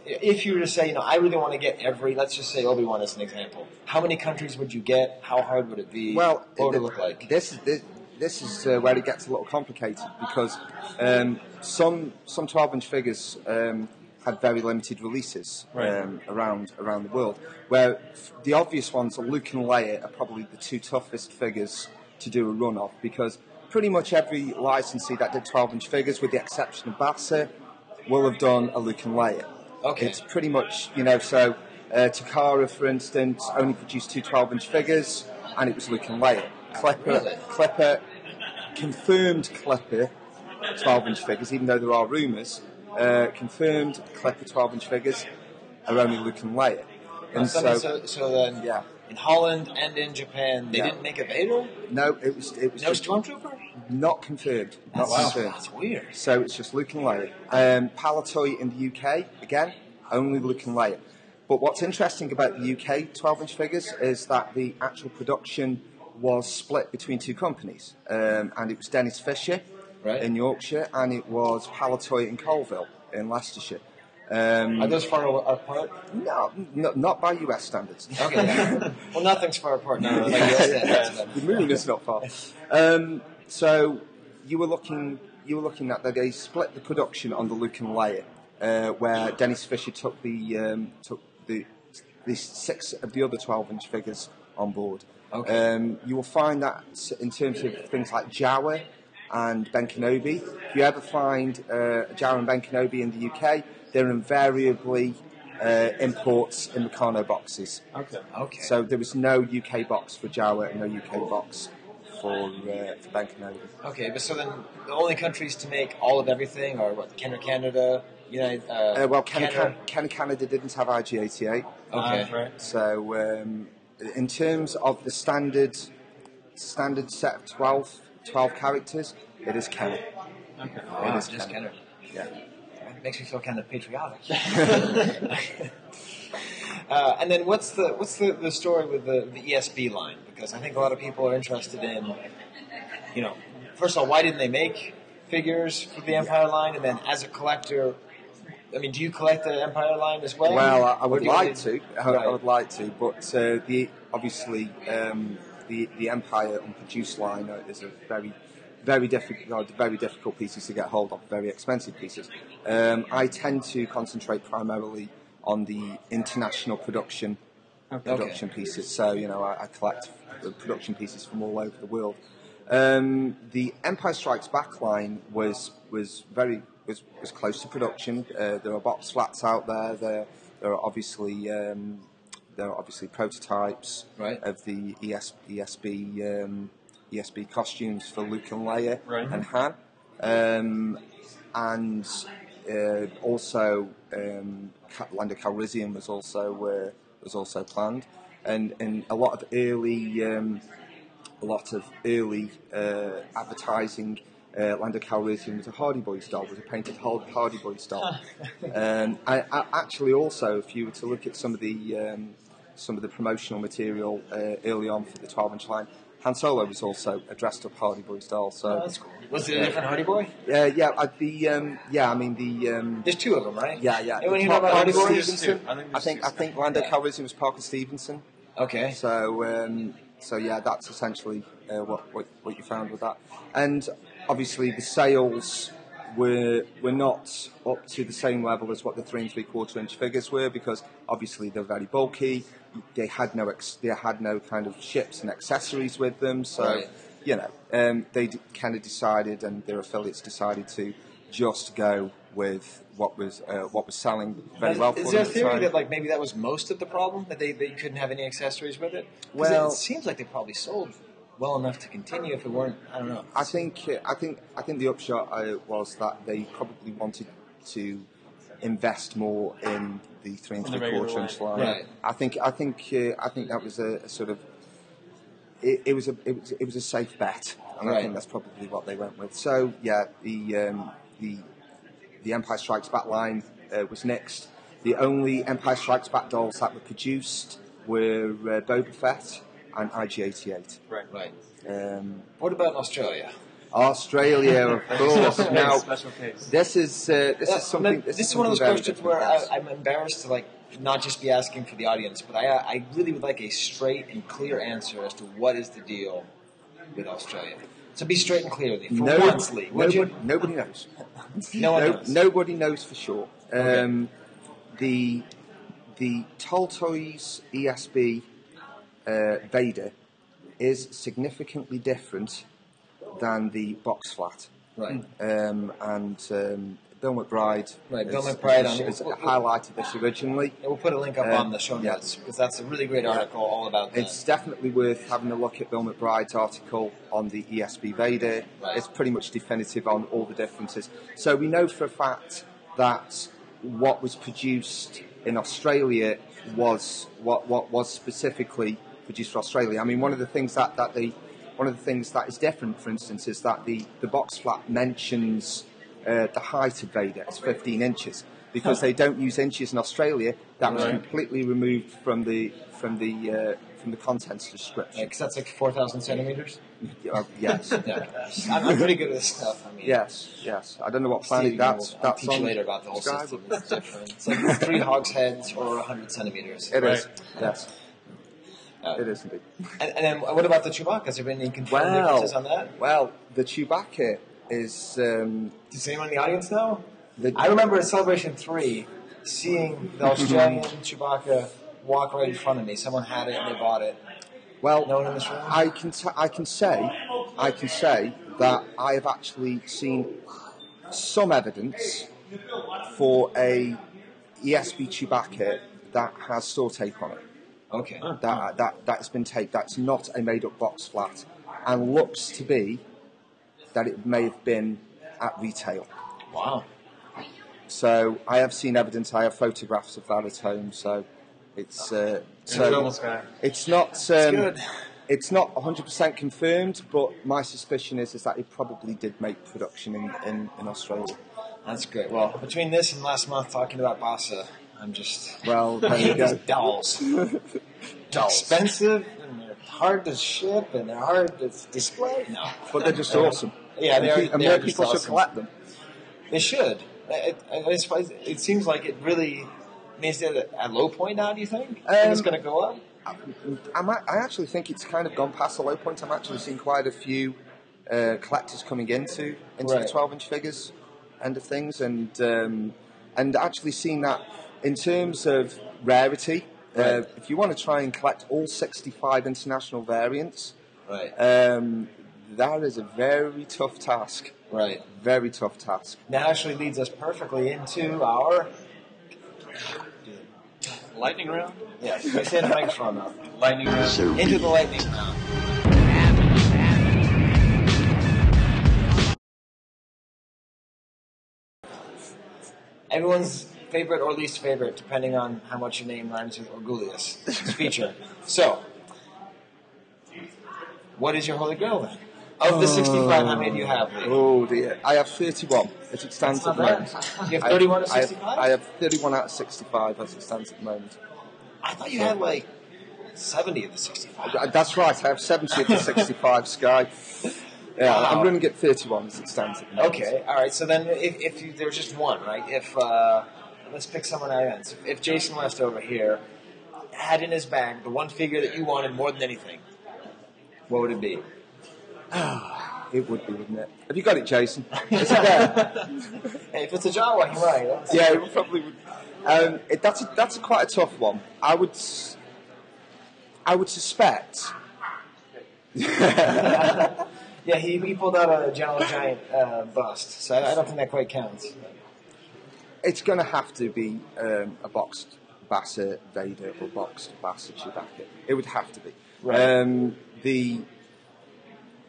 Speaker 1: if you were to say, you know, I really want to get every. Let's just say Obi Wan as an example. How many countries would you get? How hard would it be?
Speaker 12: Well,
Speaker 1: what would it
Speaker 12: th-
Speaker 1: look like?
Speaker 12: This is this, this is uh, where it gets a little complicated because um, some some twelve inch figures um, had very limited releases um, around around the world. Where f- the obvious ones, Luke and Leia, are probably the two toughest figures to do a run off because pretty much every licensee that did twelve inch figures, with the exception of Basser, will have done a Luke and Leia.
Speaker 1: Okay.
Speaker 12: It's pretty much, you know, so uh, Takara, for instance, only produced two 12 inch figures and it was Luke and Leia. Klepper,
Speaker 1: Really?
Speaker 12: Klepper confirmed Klepper 12 inch figures, even though there are rumours, uh, confirmed Klepper 12 inch figures are only Luke and Leia. And
Speaker 1: so,
Speaker 12: so,
Speaker 1: so, so then,
Speaker 12: Yeah.
Speaker 1: in Holland and in Japan, they
Speaker 12: Yeah.
Speaker 1: didn't make a Vader.
Speaker 12: no, it was, it was
Speaker 1: No
Speaker 12: just
Speaker 1: stormtrooper.
Speaker 12: not confirmed. Not
Speaker 1: That's,
Speaker 12: confirmed.
Speaker 1: that's weird.
Speaker 12: So it's just Luke and Leia. Um, Palatoy in the UK, again, only Luke and Leia. But what's interesting about the UK 12 inch figures is that the actual production was split between two companies. Um, and it was Dennis Fisher
Speaker 1: Right.
Speaker 12: in Yorkshire, and it was Palatoy in Colville in Leicestershire. Um,
Speaker 1: Are those far a- apart?
Speaker 12: no, no, not by US standards.
Speaker 1: Okay. yeah. well, nothing's far apart. No, like you said, that's-
Speaker 12: the moon is not far. Um, so you were looking, you were looking at that they split the production on the Luke and Leia, uh, where Dennis Fisher took the um, took the the six of the other twelve inch figures on board.
Speaker 1: Okay.
Speaker 12: Um, you will find that s- in terms of things like Jawa and Ben Kenobi, if you ever find uh, Jawa and Ben Kenobi in the UK, they're invariably uh, imports in Meccano boxes.
Speaker 7: Okay.
Speaker 1: Okay.
Speaker 12: So there was no UK box for Jawa and no UK box for, uh, for Bank of Nova.
Speaker 1: Okay, but so then the only countries to make all of everything are what? Canada, Canada, United. Uh,
Speaker 12: Uh, well, Ken, Ken, Ken Canada didn't have IG88.
Speaker 1: Okay.
Speaker 7: Uh, right.
Speaker 12: So um, in terms of the standard standard set of 12, 12 characters, it is Ken.
Speaker 7: Okay.
Speaker 1: Wow,
Speaker 12: is
Speaker 1: just
Speaker 12: Oh, Canada.
Speaker 1: Canada.
Speaker 12: Yeah.
Speaker 1: That makes me feel kind of patriotic. uh, and then what's the what's the, the story with the, the ESB line? Because I think a lot of people are interested in, you know, first of all, why didn't they make figures for the Empire line? And then as a collector, I mean, do you collect the Empire line as well?
Speaker 12: Well, I, I
Speaker 1: Or
Speaker 12: would
Speaker 1: do you
Speaker 12: like
Speaker 1: only-
Speaker 12: to. I, I
Speaker 1: Right.
Speaker 12: would like to, but uh, the obviously um, the the Empire unproduced line is a very very difficult, very difficult pieces to get hold of, very expensive pieces. Um, I tend to concentrate primarily on the international production
Speaker 1: Okay.
Speaker 12: production pieces. So you know, I, I collect uh, production pieces from all over the world. Um, the Empire Strikes Back line was was very was, was close to production. Uh, there are box flats out there. There there are obviously um, there are obviously prototypes
Speaker 1: Right.
Speaker 12: of the E ES, ESB um, ESB costumes for Luke and Leia
Speaker 1: Right.
Speaker 12: and Han, um, and uh, also um, Ca- Lando Calrissian was also uh, was also planned, and and a lot of early. Um, a lot of early uh, advertising. Uh, Lando Calrissian was a Hardy Boys doll, was a painted Har- Hardy Boys doll. um, I, I, actually, also, if you were to look at some of the um, some of the promotional material uh, early on for the 12-inch line, Han Solo was also a dressed-up Hardy Boys doll. So
Speaker 1: Oh, that's cool. Was it a different Hardy Boy?
Speaker 12: Yeah, Uh, yeah. I, the um, yeah, I mean the um,
Speaker 1: There's two of them, right?
Speaker 12: yeah, yeah.
Speaker 1: And when
Speaker 12: The
Speaker 1: you know
Speaker 12: Parker
Speaker 1: about Hardy Boys,
Speaker 12: Stevenson.
Speaker 1: there's two.
Speaker 12: I think I think Lando Calrissian was Parker Stevenson.
Speaker 1: Okay.
Speaker 12: So um, so yeah, that's essentially uh, what, what what you found with that, and obviously the sales were were not up to the same level as what the three and three quarter inch figures were because obviously they're very bulky. They had no ex- they had no kind of chips and accessories with them, so
Speaker 1: Right.
Speaker 12: you know um, they d- kind of decided and their affiliates decided to just go with what was uh, what was selling very well.
Speaker 1: Is
Speaker 12: for
Speaker 1: there a
Speaker 12: them at the
Speaker 1: theory
Speaker 12: time.
Speaker 1: that like maybe that was most of the problem that they, they couldn't have any accessories with it? 'Cause
Speaker 12: Well-
Speaker 1: it seems like they probably sold well enough to continue if it weren't. I don't know.
Speaker 12: I think uh, I think I think the upshot uh, was that they probably wanted to invest more in the three and
Speaker 7: On the
Speaker 12: three quarter
Speaker 7: regular
Speaker 12: inch
Speaker 7: line.
Speaker 12: line.
Speaker 1: Right.
Speaker 12: I think I think uh, I think that was a, a sort of it, it was a it was, it was a safe bet, and I
Speaker 1: Right.
Speaker 12: think that's probably what they went with. So yeah, the um, the the Empire Strikes Back line uh, was next. The only Empire Strikes Back dolls that were produced were uh, Boba Fett and IG88.
Speaker 7: Right.
Speaker 1: Right.
Speaker 12: Um,
Speaker 1: What about Australia?
Speaker 12: Australia, of course.
Speaker 7: Special
Speaker 12: now,
Speaker 7: case, special case.
Speaker 12: this is uh, this
Speaker 1: Uh,
Speaker 12: is something.
Speaker 1: but This, is one of those
Speaker 12: something very
Speaker 1: questions
Speaker 12: different,
Speaker 1: where I,
Speaker 12: yes.
Speaker 1: I'm embarrassed to like not just be asking for the audience, but I I really would like a straight and clear answer as to what is the deal with Australia. So be straight and clear, Lee, for
Speaker 12: Nobody-
Speaker 1: once, Lee. would you?
Speaker 12: nobody, nobody knows.
Speaker 1: No one knows.
Speaker 12: Nobody knows for sure. Um, The the Toltoy's ESB uh, Vader is significantly different than the box flat.
Speaker 1: Right.
Speaker 12: Um, and um, Bill McBride,
Speaker 1: Right, Bill
Speaker 12: has-
Speaker 1: McBride
Speaker 12: has-
Speaker 1: on-
Speaker 12: has highlighted this originally.
Speaker 1: And we'll put a link up
Speaker 12: Um,
Speaker 1: on the show
Speaker 12: yeah.
Speaker 1: notes because that's a really great article all about that.
Speaker 12: It's definitely worth having a look at Bill McBride's article on the E ESB Vader.
Speaker 1: Right.
Speaker 12: It's pretty much definitive on all the differences. So we know for a fact that what was produced in Australia was what, what was specifically produced for Australia. I mean, one of the things that, that they one of the things that is different, for instance, is that the, the box flap mentions uh, the height of Vader as 15 inches because they don't use inches in Australia. That was completely removed from the from the uh, from the contents description.
Speaker 1: Because that's like 4,000 centimeters.
Speaker 12: Uh, yes,
Speaker 1: Yeah. I'm, I'm pretty good at this stuff. I mean,
Speaker 12: yes, yes. I don't know what
Speaker 1: Steve,
Speaker 12: planet
Speaker 1: you
Speaker 12: that's
Speaker 1: know, I'll
Speaker 12: that's
Speaker 1: teach
Speaker 12: on.
Speaker 1: you later about the whole
Speaker 12: Sky,
Speaker 1: system.
Speaker 12: but
Speaker 1: It's different. It's like three hogsheads or 100 centimeters.
Speaker 12: It is.
Speaker 7: Right.
Speaker 12: Yes,
Speaker 1: Uh,
Speaker 12: it is indeed.
Speaker 1: And, and then what about the Chewbacca? Has there been any confirmed
Speaker 12: Well,
Speaker 1: differences on that?
Speaker 12: well, the Chewbacca is. Um,
Speaker 1: Does anyone in the audience know?
Speaker 12: The-
Speaker 1: I remember at Celebration 3 seeing the Australian Chewbacca walk right in front of me. Someone had it and they bought it.
Speaker 12: Well,
Speaker 1: No one in this room?
Speaker 12: I can t- I can say I can say that I have actually seen some evidence for a ESB Chewbacca that has saw tape on it.
Speaker 1: Okay.
Speaker 12: That uh, that that's been taped. That's not a made up box flat, and looks to be that it may have been at retail.
Speaker 1: Wow.
Speaker 12: So I have seen evidence. I have photographs of that at home. So it's uh,
Speaker 7: It's
Speaker 12: so
Speaker 7: almost got-
Speaker 12: it's not um,
Speaker 1: good.
Speaker 12: it's not 100% confirmed, but my suspicion is is that it probably did make production in, in, in Australia.
Speaker 1: That's great. Well, between this and last month talking about Bassa, I'm just.
Speaker 12: Well, there you
Speaker 1: These
Speaker 12: go.
Speaker 1: dolls. dolls. Expensive, and they're hard to ship, and they're hard to display. No.
Speaker 12: But they're just awesome.
Speaker 1: Yeah, they
Speaker 12: and,
Speaker 1: are-
Speaker 12: pe- and
Speaker 1: they
Speaker 12: more
Speaker 1: are just
Speaker 12: people should
Speaker 1: awesome.
Speaker 12: collect them.
Speaker 1: They should. It, I- I suppose it seems like it really needs to at a low point now. Do you think? I think
Speaker 12: Um,
Speaker 1: it's going to go up.
Speaker 12: I'm, I actually think it's kind of gone past the low point. I'm actually seeing quite a few uh, collectors coming into into
Speaker 1: Right.
Speaker 12: the 12 inch figures end of things, and um, and actually seeing that in terms of rarity. Uh,
Speaker 11: Right.
Speaker 12: if you want to try and collect all 65 international variants,
Speaker 11: Right.
Speaker 12: um, that is a very tough task.
Speaker 1: Right.
Speaker 12: Very tough task.
Speaker 1: That actually leads us perfectly into our
Speaker 7: lightning round.
Speaker 1: yes. We said microphone now.
Speaker 7: Lightning round.
Speaker 1: Into the lightning round. Everyone's favorite or least favorite, depending on how much your name rhymes with Orgulius. It's a feature. so, what is your holy grail then? Of the 65, how many do you have? Lee?
Speaker 12: Oh dear. I have 31 as it stands
Speaker 1: That's
Speaker 12: at the
Speaker 1: not
Speaker 12: moment.
Speaker 1: bad. You have
Speaker 12: I-
Speaker 1: 31 out of
Speaker 12: I have-
Speaker 1: 65?
Speaker 12: I have 31 out of 65 as it stands at the moment.
Speaker 1: I thought you had like 70 of the 65.
Speaker 12: Uh, That's right. I have 70 of the 65 Sky. Yeah,
Speaker 1: Wow.
Speaker 12: I'm going to get 31 as it stands at the moment.
Speaker 1: Okay, all right. So then, if, if you, there's just one, right? If uh, let's pick someone out. of that. So If Jason West over here had in his bag the one figure that you wanted more than anything, what would it be?
Speaker 12: It would be, wouldn't it? Have you got it, Jason? It's
Speaker 1: Hey, if it's a Jawa, you might. That's-
Speaker 12: yeah, it probably would. Um, it, that's a, that's a quite a tough one. I would s- I would suspect.
Speaker 1: Yeah, he, he pulled out a General Giant uh, bust, so I, I don't think that quite counts.
Speaker 12: It's going to have to be um, a boxed Bassett Vader or boxed Bassett Chewbacca. It would have to be.
Speaker 1: Right.
Speaker 12: Um, the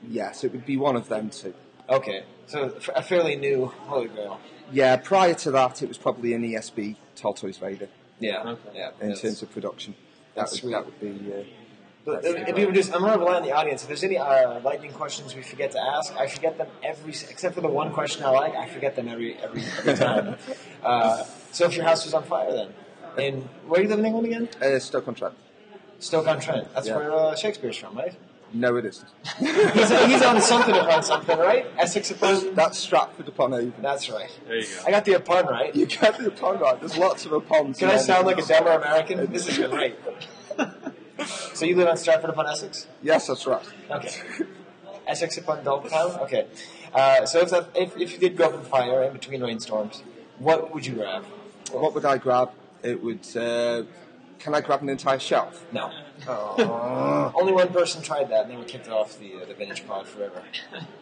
Speaker 12: yes, it would be one of them two.
Speaker 1: Okay, so f- a fairly new Holy Grail.
Speaker 12: Yeah, prior to that, it was probably an ESB Tall Toys Vader
Speaker 1: Yeah,
Speaker 7: Okay.
Speaker 1: yeah.
Speaker 12: in
Speaker 1: yes.
Speaker 12: terms of production. That
Speaker 1: That's
Speaker 12: would, that would be. Uh,
Speaker 1: But If we were just, I'm going to rely on the audience. If there's any uh, lightning questions we forget to ask, I forget them every, except for the one question I like, I forget them every every, every time. uh, so if your house was on fire, then in where do you live in England again?
Speaker 12: uh, Stoke on Trent.
Speaker 1: Stoke on Trent. That's
Speaker 12: Yeah.
Speaker 1: where uh, Shakespeare's from, right?
Speaker 12: No, it isn't.
Speaker 1: He's, he's on something upon something, right? Essex upon.
Speaker 12: That's Stratford upon Avon.
Speaker 1: That's right.
Speaker 7: There you go.
Speaker 1: I got the upon right.
Speaker 12: You get the upon right. There's lots of upons.
Speaker 1: Can I sound like a demo American? This is great. so you live on Stratford upon Essex?
Speaker 12: Yes, that's right.
Speaker 1: Okay. Essex upon Dogtown? Okay. Uh, so if, that, if, if you did go up in fire in between rainstorms, what would you grab?
Speaker 12: What would I grab? It would. Uh, can I grab an entire shelf?
Speaker 1: No. Only one person tried that, and they were kicked off the, uh, the vintage pod forever.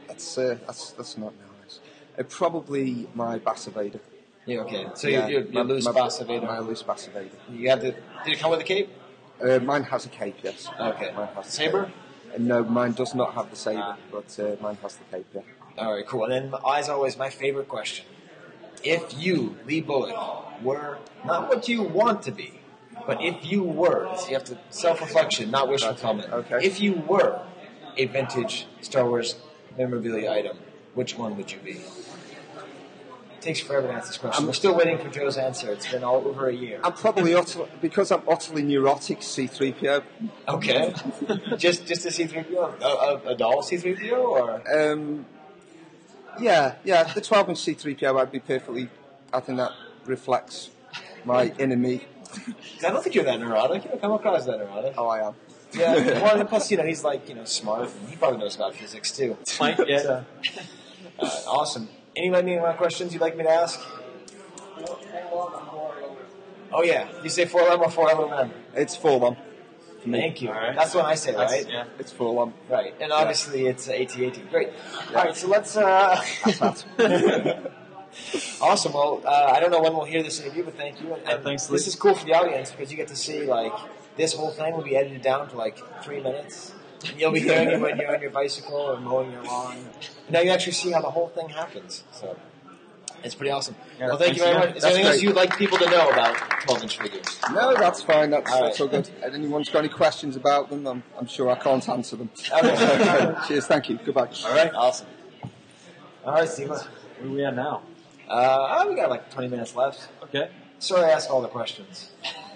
Speaker 12: That's uh, that's that's not nice. Uh, probably my Bass Vader.
Speaker 1: Yeah, okay. So
Speaker 12: Yeah,
Speaker 1: you, you,
Speaker 12: my-
Speaker 1: you lose
Speaker 12: my-
Speaker 1: Boss
Speaker 12: My
Speaker 1: Vader.
Speaker 12: loose Bass Vader.
Speaker 1: You had the, did it come with a cape?
Speaker 12: Uh, mine has a cape, yes.
Speaker 1: Okay.
Speaker 12: Mine has a
Speaker 1: Saber?
Speaker 12: cape. Uh, no, mine does not have the saber,
Speaker 1: Ah.
Speaker 12: but uh, mine has the cape, yeah.
Speaker 1: All right, cool. And then, as always, my favorite question. If you, Lee Bullock, were not what you want to be, but if you were, so you have to self reflection, not wishful comment.
Speaker 12: Okay.
Speaker 1: If you were a vintage Star Wars memorabilia item, which one would you be? Takes forever to answer this question. We're still waiting for Joe's answer. It's been all over a year.
Speaker 12: I'm probably, utter- because I'm utterly neurotic, C3PO.
Speaker 1: Okay. just just a C3PO? A, a, a doll C3PO? Or?
Speaker 12: Um, yeah, yeah, the 12 inch C3PO, I'd be perfectly, I think that reflects my inner me.
Speaker 1: 'cause I don't think you're that neurotic. You don't come across that neurotic.
Speaker 12: Oh, I am.
Speaker 1: Yeah. Well, and plus, you know, he's like, you know, smart. And he probably knows about physics too.
Speaker 7: Might get
Speaker 1: So, uh, awesome. Any any more questions you'd like me to ask? Oh yeah, you say four M or four M M.
Speaker 12: It's full on.
Speaker 1: Thank you.
Speaker 7: All right.
Speaker 1: That's what I say, right?
Speaker 7: yeah.
Speaker 12: It's full on.
Speaker 1: Right. And obviously, it's uh, it's AT-AT. Great. All right. So let's. Uh, awesome. Well, uh, I don't know when we'll hear this interview, but thank you. And,
Speaker 7: Yeah, thanks,
Speaker 1: This
Speaker 7: Lee.
Speaker 1: is cool for the audience because you get to see like this whole thing will be edited down to like three minutes. And you'll be hearing it when you're on your bicycle or mowing your lawn. And now you actually see how the whole thing happens. So it's pretty awesome.
Speaker 7: Yeah,
Speaker 1: well, thank you very
Speaker 7: thanks again.
Speaker 1: much. Is there
Speaker 12: That's
Speaker 1: anything else
Speaker 12: great.
Speaker 1: you'd like people to know about 12-inch figures?
Speaker 12: No, that's fine. That's,
Speaker 1: All right.
Speaker 12: that's all good. And anyone's got any questions about them, I'm, I'm sure I can't answer them.
Speaker 1: Okay.
Speaker 12: Cheers, thank you. Goodbye.
Speaker 1: All right. Awesome. All right, Steve. Uh,
Speaker 7: Where are we at now?
Speaker 1: oh, we got like 20 minutes left.
Speaker 7: Okay.
Speaker 1: Sorry, I asked all the questions.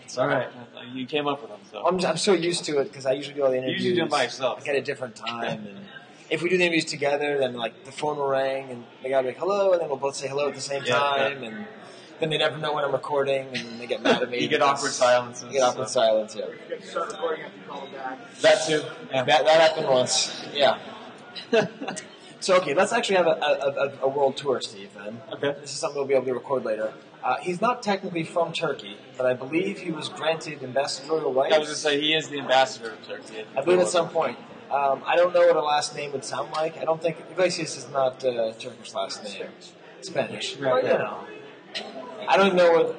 Speaker 7: It's all right. You came up with them, so.
Speaker 1: I'm, I'm so used to it because I usually do all the
Speaker 7: You
Speaker 1: interviews.
Speaker 7: usually do them by yourself.
Speaker 1: I get a different time, and if we do the interviews together, then like the phone will ring and the guy will be like, hello, and then we'll both say hello at the same
Speaker 7: Yeah,
Speaker 1: time, and then they never know when I'm recording, and they get mad at me.
Speaker 7: You get awkward silences,
Speaker 1: You get awkward
Speaker 7: so.
Speaker 1: silence, yeah.
Speaker 10: You have to start recording after you call them back.
Speaker 1: That too. That, that happened once. Yeah. so okay, let's actually have a, a, a, a world tour, Steve. Then okay, this is something we'll be able to record later. Uh, he's not technically from Turkey, but I believe he was granted ambassadorial rights.
Speaker 7: I was going to say he is the ambassador of Turkey.
Speaker 1: I believe at some point. Um, I don't know what a last name would sound like. I don't think Iglesias is not uh, Turkish last name. Spanish.
Speaker 7: Right,
Speaker 1: Well, you
Speaker 7: yeah.
Speaker 1: know. I don't know what.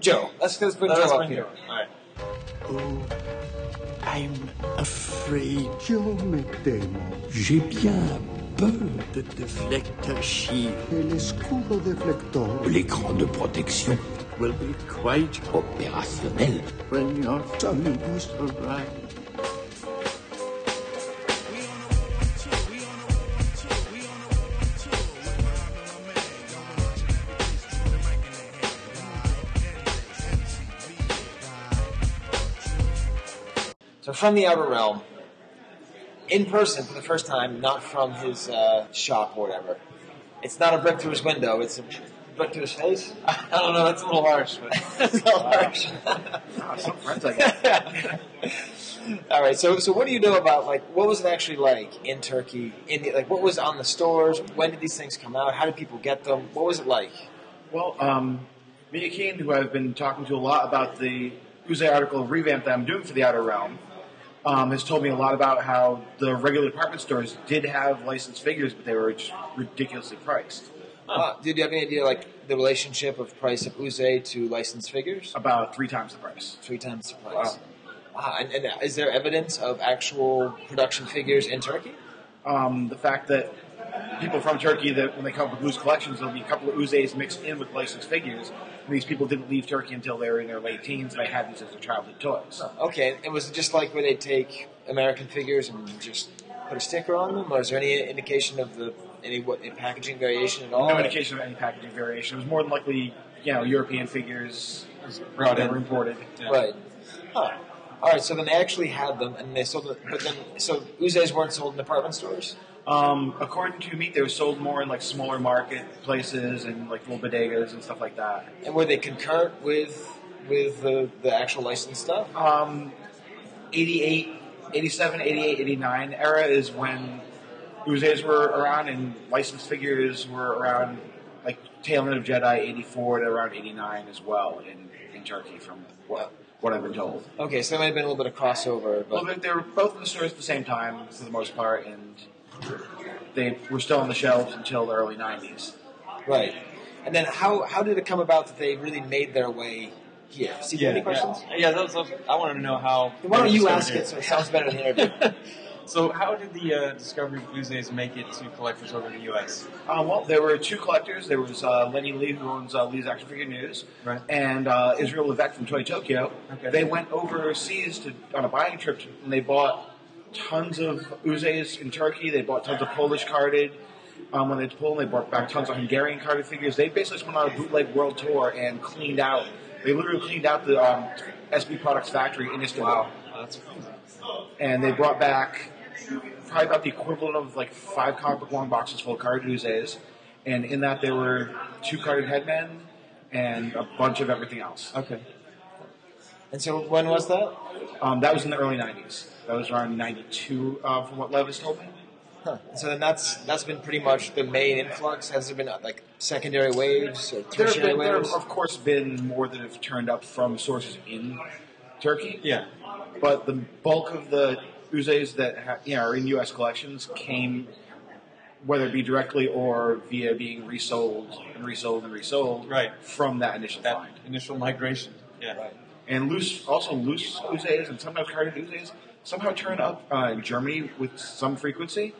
Speaker 1: Joe. Let's, let's bring
Speaker 7: Let's
Speaker 1: Joe up
Speaker 7: bring
Speaker 1: here.
Speaker 7: Joe. All right.
Speaker 13: Oh, I'm afraid, Joe McDermott. J'ai bien peur de te flétachir. Et l'escuro déflecteur. L'écran de protection. Will be quite opérationnel. When your omnibus arrive.
Speaker 1: So from the outer realm, in person for the first time, not from his uh, shop or whatever. It's not a brick through his window. It's a brick through his face. I don't know. That's a little harsh. But a little harsh. All right. So, so what do you know about like what was it actually like in Turkey? In the, like what was on the stores? When did these things come out? How did people get them? What was it like?
Speaker 10: Well, um, Mia Keane, who I've been talking to a lot about the Guzay article of revamp that I'm doing for the Outer Realm, um, has told me a lot about how the regular department stores did have licensed figures, but they were just ridiculously priced.
Speaker 1: Uh, did you have any idea like the relationship of price of Uze to licensed figures?
Speaker 10: About three times the price.
Speaker 1: Three times the price. Wow. Ah, And, and is there evidence of actual production figures in Turkey?
Speaker 10: Um, the fact that people from Turkey, that when they come up with loose collections, there'll be a couple of Uzes mixed in with licensed figures. And these people didn't leave Turkey until they were in their late teens, and they had these as their childhood toys.
Speaker 1: Okay, and was it just like where they take American figures and just put a sticker on them, or is there any indication of the any what any packaging variation at all?
Speaker 10: No indication of any packaging variation. It was more than likely, you know, European figures
Speaker 1: brought
Speaker 10: that
Speaker 1: in.
Speaker 10: were imported.
Speaker 1: Right. Huh. All right. So then they actually had them, and they sold them. But then, so Uzes weren't sold in department stores.
Speaker 10: Um, according to me, they were sold more in like smaller market places and like little bodegas and stuff like that.
Speaker 1: And were they concurrent with with the, the actual licensed stuff?
Speaker 10: Um, 88, 87, 88, 89 era is when Uzes were around and licensed figures were around like Tail End of Jedi 84 to around 89 as well in, in Turkey from what, what I've been told.
Speaker 1: Okay, so there might have been a little bit of crossover, but
Speaker 10: Well, they, they were both in the stores at the same time for the most part, and they were still on the shelves until the early 90s.
Speaker 1: right. And then how how did it come about that they really made their way here? See, do you have any questions?
Speaker 7: Yeah, yeah that was, I wanted to know how.
Speaker 1: Why don't you
Speaker 7: Discovery
Speaker 1: ask
Speaker 7: did.
Speaker 1: it so it sounds better in the interview?
Speaker 7: So, how did the uh, discovery of Guzes make it to collectors over in the U.S.?
Speaker 10: Uh, well, there were two collectors. There was uh, Lenny Lee, who owns uh, Lee's Action Figure News,
Speaker 7: Right.
Speaker 10: and uh, Israel Levesque from Toy Tokyo. They went overseas to, on a buying trip, to, and they bought tons of Uzes in Turkey. They bought tons of Polish carded. Um, when they pulled, they brought back tons of Hungarian carded figures. They basically just went on a bootleg world tour and cleaned out. They literally cleaned out the um, SB Products factory in Istanbul
Speaker 7: That's crazy.
Speaker 10: and they brought back probably about the equivalent of like five comic book long boxes full of carded Uzes, and in that there were two carded headmen and a bunch of everything else.
Speaker 1: Okay. And so when was that?
Speaker 10: Um, that was in the early '90s. That was around '92, uh, from what Levis told me.
Speaker 1: Huh. So then that's that's been pretty much the main influx. Has there been uh, like secondary waves or
Speaker 10: There have,
Speaker 1: tertiary
Speaker 10: been, there have
Speaker 1: waves?
Speaker 10: of course been more that have turned up from sources in Turkey.
Speaker 7: Yeah.
Speaker 10: But the bulk of the Uzes that ha- you know, are in U.S. collections came, whether it be directly or via being resold and resold and resold,
Speaker 7: Right.
Speaker 10: from that initial find.
Speaker 7: Initial migration. Yeah.
Speaker 10: And loose, also loose Uzes and sometimes carded Uzes somehow turn up uh, in Germany with some frequency.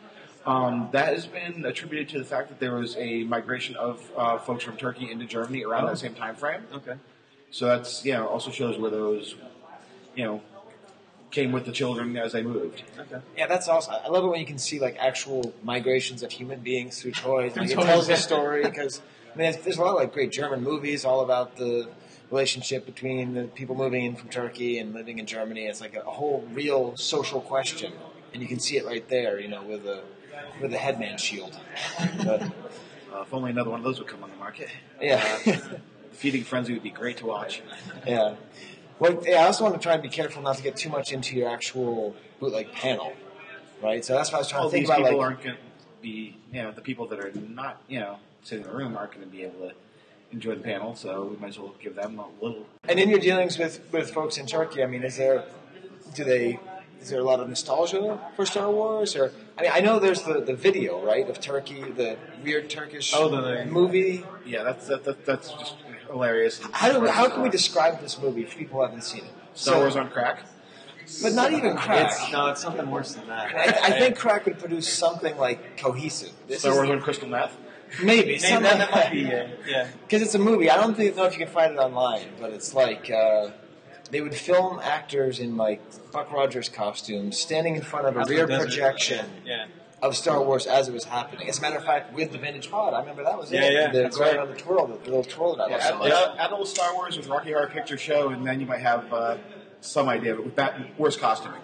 Speaker 10: Um, that has been attributed to the fact that there was a migration of uh, folks from Turkey into Germany around
Speaker 7: Oh.
Speaker 10: that same time frame.
Speaker 7: Okay.
Speaker 10: So that's you know also shows where those you know came with the children as they moved.
Speaker 7: Okay.
Speaker 1: Yeah, that's awesome. I love it when you can see like actual migrations of human beings through toys. Like, it
Speaker 7: Through
Speaker 1: tells
Speaker 7: toys, yeah.
Speaker 1: a story because I mean, there's, there's a lot of like great German movies all about the relationship between the people moving in from Turkey and living in Germany. It's like a whole real social question, and you can see it right there. You know, with a with a headman shield.
Speaker 10: But, uh, if only another one of those would come on the market.
Speaker 1: Yeah.
Speaker 10: Uh, Feeding Frenzy would be great to watch.
Speaker 1: Yeah. Well, yeah, I also want to try and be careful not to get too much into your actual bootleg panel, right? So that's what I was trying
Speaker 10: All
Speaker 1: to think
Speaker 10: these
Speaker 1: about.
Speaker 10: people
Speaker 1: like,
Speaker 10: aren't going to be, you know, the people that are not, you know, sitting in the room aren't going to be able to enjoy the panel, so we might as well give them a little.
Speaker 1: And in your dealings with, with folks in Turkey, I mean, is there do they is there a lot of nostalgia for Star Wars? Or I mean, I know there's the, the video right of Turkey, the weird Turkish
Speaker 10: Oh, the, the
Speaker 1: movie.
Speaker 10: Yeah, that's that, that, that's just hilarious.
Speaker 1: How do how can we describe this movie if people haven't seen it?
Speaker 10: Star Wars on crack?
Speaker 1: but not even crack.
Speaker 7: It's, no, it's something worse than that.
Speaker 1: I, I think crack would produce something like cohesive. This
Speaker 10: Star
Speaker 1: is-
Speaker 10: Wars on crystal meth?
Speaker 1: Maybe
Speaker 7: Maybe
Speaker 1: something
Speaker 7: that,
Speaker 1: like
Speaker 7: that might be it. Yeah.
Speaker 1: Because it's a movie. I don't think, know if you can find it online, but it's like uh, they would film actors in like Buck Rogers costumes standing in front of a
Speaker 7: Out in
Speaker 1: rear
Speaker 7: the desert.
Speaker 1: projection
Speaker 7: Yeah.
Speaker 1: of Star Wars as it was happening. As a matter of fact, with the Vintage Pod, I remember that was
Speaker 7: Yeah,
Speaker 1: it.
Speaker 7: yeah,
Speaker 1: the
Speaker 7: that's
Speaker 1: going
Speaker 7: right.
Speaker 1: on the twirl, the little twirl that I was
Speaker 10: Yeah,
Speaker 1: on.
Speaker 10: add, add- Uh, add a little Star Wars with Rocky Horror Picture Show, and then you might have uh, some idea of it with that worse costuming.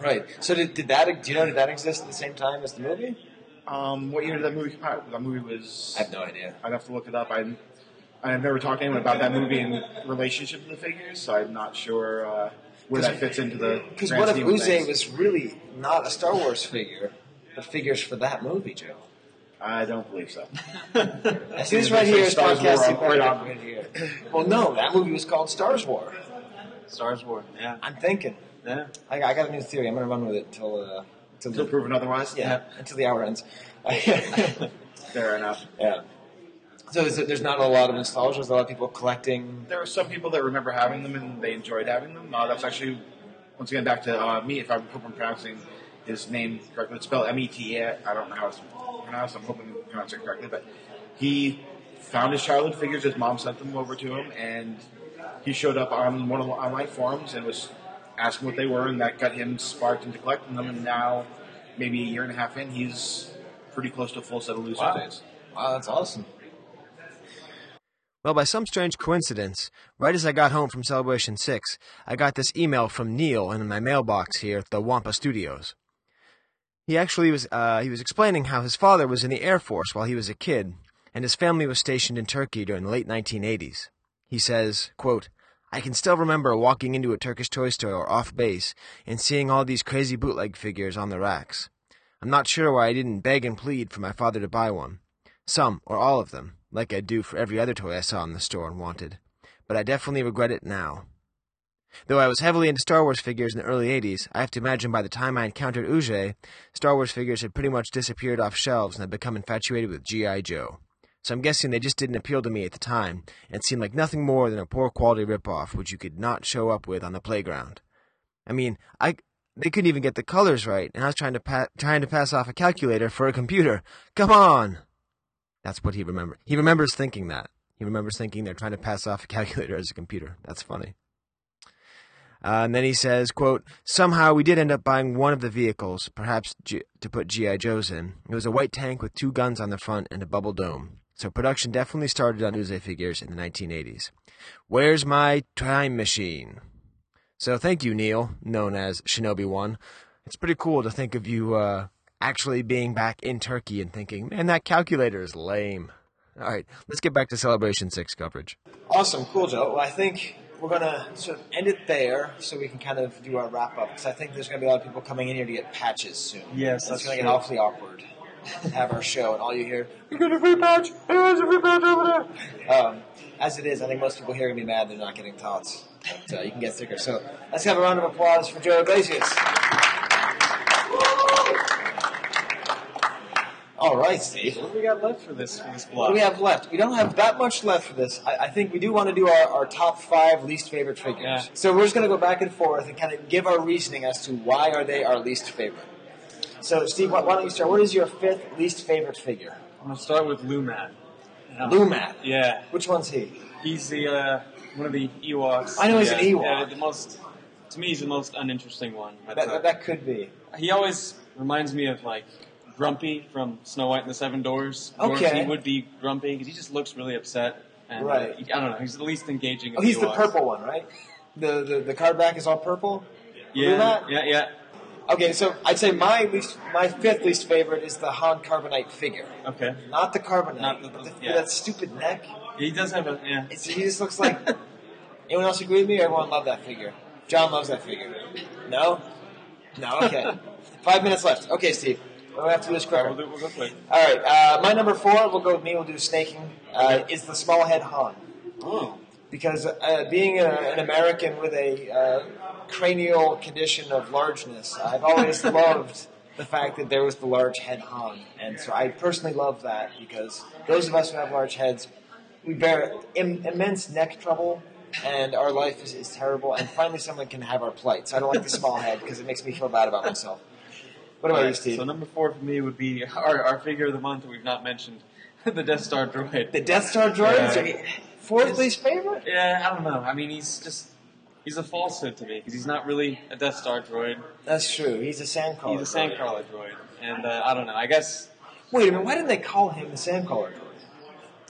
Speaker 1: Right. So did, did that? Do you know did that exist at the same time as the movie?
Speaker 10: Um, what year did that movie come out? That movie was.
Speaker 1: I have no idea.
Speaker 10: I'd have to look it up. I I've never talked to anyone about that movie in relationship to the figures, so I'm not sure uh, where that fits into the.
Speaker 1: Because
Speaker 10: grand
Speaker 1: what if
Speaker 10: scheme of
Speaker 1: Uze
Speaker 10: things.
Speaker 1: was really not a Star Wars figure, but figures for that movie, Joe?
Speaker 10: I don't believe so.
Speaker 1: See, this right here is
Speaker 10: Star Wars
Speaker 1: podcasting
Speaker 10: War, right
Speaker 1: right here. Well, no, that movie was called Stars War.
Speaker 7: Stars War. Yeah.
Speaker 1: I'm thinking.
Speaker 7: Yeah.
Speaker 1: I, I got a new theory. I'm going to run with it till uh, till
Speaker 10: Till proven otherwise?
Speaker 1: Yeah,
Speaker 10: Yeah.
Speaker 1: until the hour ends.
Speaker 10: Fair enough.
Speaker 1: Yeah. So is it, there's not a lot of nostalgia. There's a lot of people collecting.
Speaker 10: There are some people that remember having them and they enjoyed having them. Uh, that's actually, once again, back to uh, me, if I'm, hope I'm pronouncing his name correctly. It's spelled M E T A. I don't know how it's pronounced. I'm hoping I'm pronouncing it correctly. But he found his childhood figures. His mom sent them over to him, and he showed up on one of the online forums and was asking what they were, and that got him sparked into collecting them. And now, maybe a year and a half in, he's pretty close to a full set of loose
Speaker 1: Wow.
Speaker 10: days.
Speaker 1: Wow, that's awesome.
Speaker 11: Well, by some strange coincidence, right as I got home from Celebration 6, I got this email from Neil in my mailbox here at the Wampa Studios. He actually was, uh, he was explaining how his father was in the Air Force while he was a kid, and his family was stationed in Turkey during the late 1980s. He says, quote, I can still remember walking into a Turkish toy store off base and seeing all these crazy bootleg figures on the racks. I'm not sure why I didn't beg and plead for my father to buy one. Some, or all of them, like I do for every other toy I saw in the store and wanted. But I definitely regret it now. Though I was heavily into Star Wars figures in the early 80s, I have to imagine by the time I encountered Uge, Star Wars figures had pretty much disappeared off shelves and I'd become infatuated with G.I. Joe. So I'm guessing they just didn't appeal to me at the time, and it seemed like nothing more than a poor quality ripoff which you could not show up with on the playground. I mean, I they couldn't even get the colors right, and I was trying to pa- trying to pass off a calculator for a computer. Come on. That's what he remembers. He remembers thinking that. He remembers thinking they're trying to pass off a calculator as a computer. That's funny. Uh, and then he says, quote, somehow we did end up buying one of the vehicles, perhaps G- to put G.I. Joe's in. It was a white tank with two guns on the front and a bubble dome. So production definitely started on Uze figures in the 1980s. Where's my time machine? So thank you, Neil, known as Shinobi One. It's pretty cool to think of you uh, actually being back in Turkey and thinking, man, that calculator is lame. All right, let's get back to Celebration 6 coverage.
Speaker 1: Awesome, cool, Joe. Well, I think we're going to sort of end it there so we can kind of do our wrap up because I think there's going to be a lot of people coming in here to get patches soon.
Speaker 7: Yes,
Speaker 1: it's
Speaker 7: that's
Speaker 1: going to get
Speaker 7: true.
Speaker 1: awfully awkward. to have our show and all you hear, you got a free patch, you got a free patch over there. Um, as it is, I think most people here are going to be mad they're not getting tots, but uh, you can get stickers. So let's have a round of applause for Joe Iglesias. All right, Steve.
Speaker 7: What do we got left for this for this
Speaker 1: What
Speaker 7: block?
Speaker 1: do we have left? We don't have that much left for this. I, I think we do want to do our, our top five least favorite figures.
Speaker 7: Yeah.
Speaker 1: So we're just going to go back and forth and kind of give our reasoning as to why are they our least favorite. So, Steve, why, why don't you start? What is your fifth least favorite figure?
Speaker 7: I'm gonna start with Lumat.
Speaker 1: Lumat.
Speaker 7: Yeah.
Speaker 1: Which one's he?
Speaker 7: He's the uh, one of the Ewoks.
Speaker 1: I know he's
Speaker 7: Yeah,
Speaker 1: an Ewok.
Speaker 7: Yeah, the most to me, he's the most uninteresting one. I'd
Speaker 1: That,
Speaker 7: say.
Speaker 1: that, that could be.
Speaker 7: He always reminds me of like Grumpy from Snow White and the Seven Doors.
Speaker 1: Okay.
Speaker 7: He would be Grumpy because he just looks really upset. And,
Speaker 1: Right.
Speaker 7: he- I don't know. He's the least engaging.
Speaker 1: Oh,
Speaker 7: of
Speaker 1: he's the
Speaker 7: Ewoks.
Speaker 1: purple one, right? The the, the card back is all purple.
Speaker 7: Yeah.
Speaker 1: Lumat?
Speaker 7: Yeah. Yeah.
Speaker 1: Okay, so I'd say my least, my fifth least favorite is the Han Carbonite figure.
Speaker 7: Okay.
Speaker 1: Not the Carbonite,
Speaker 7: Not the-
Speaker 1: but the-
Speaker 7: yeah.
Speaker 1: that stupid neck.
Speaker 7: He does have a yeah.
Speaker 1: It's, he just looks like. anyone else agree with me? Everyone loved that figure. John loves that figure. No, no. Okay. Five minutes left. Okay, Steve. We're gonna have to do this quicker.
Speaker 7: We'll, do, we'll go quick.
Speaker 1: All right, uh, my number four. We'll go with me. We'll do snaking. Uh, is the small head Han?
Speaker 7: Hmm.
Speaker 1: Because uh, being a, an American with a uh, cranial condition of largeness, I've always loved the fact that there was the large head Han, and so I personally love that because those of us who have large heads, we bear Im- immense neck trouble. And our life is, is terrible, and finally someone can have our plight. So I don't like the small head because it makes me feel bad about myself. What about
Speaker 7: All
Speaker 1: you,
Speaker 7: right,
Speaker 1: Steve?
Speaker 7: So number four for me would be our, our figure of the month that we've not mentioned, the Death Star droid.
Speaker 1: The Death Star droids
Speaker 7: Yeah.
Speaker 1: are your fourth least favorite?
Speaker 7: Yeah, I don't know. I mean, he's just he's a falsehood to me because he's not really a Death Star droid.
Speaker 1: That's true. He's a sandcrawler.
Speaker 7: He's a sandcrawler droid, and uh, I don't know. I guess
Speaker 1: Wait a minute, why didn't they call him the sandcrawler?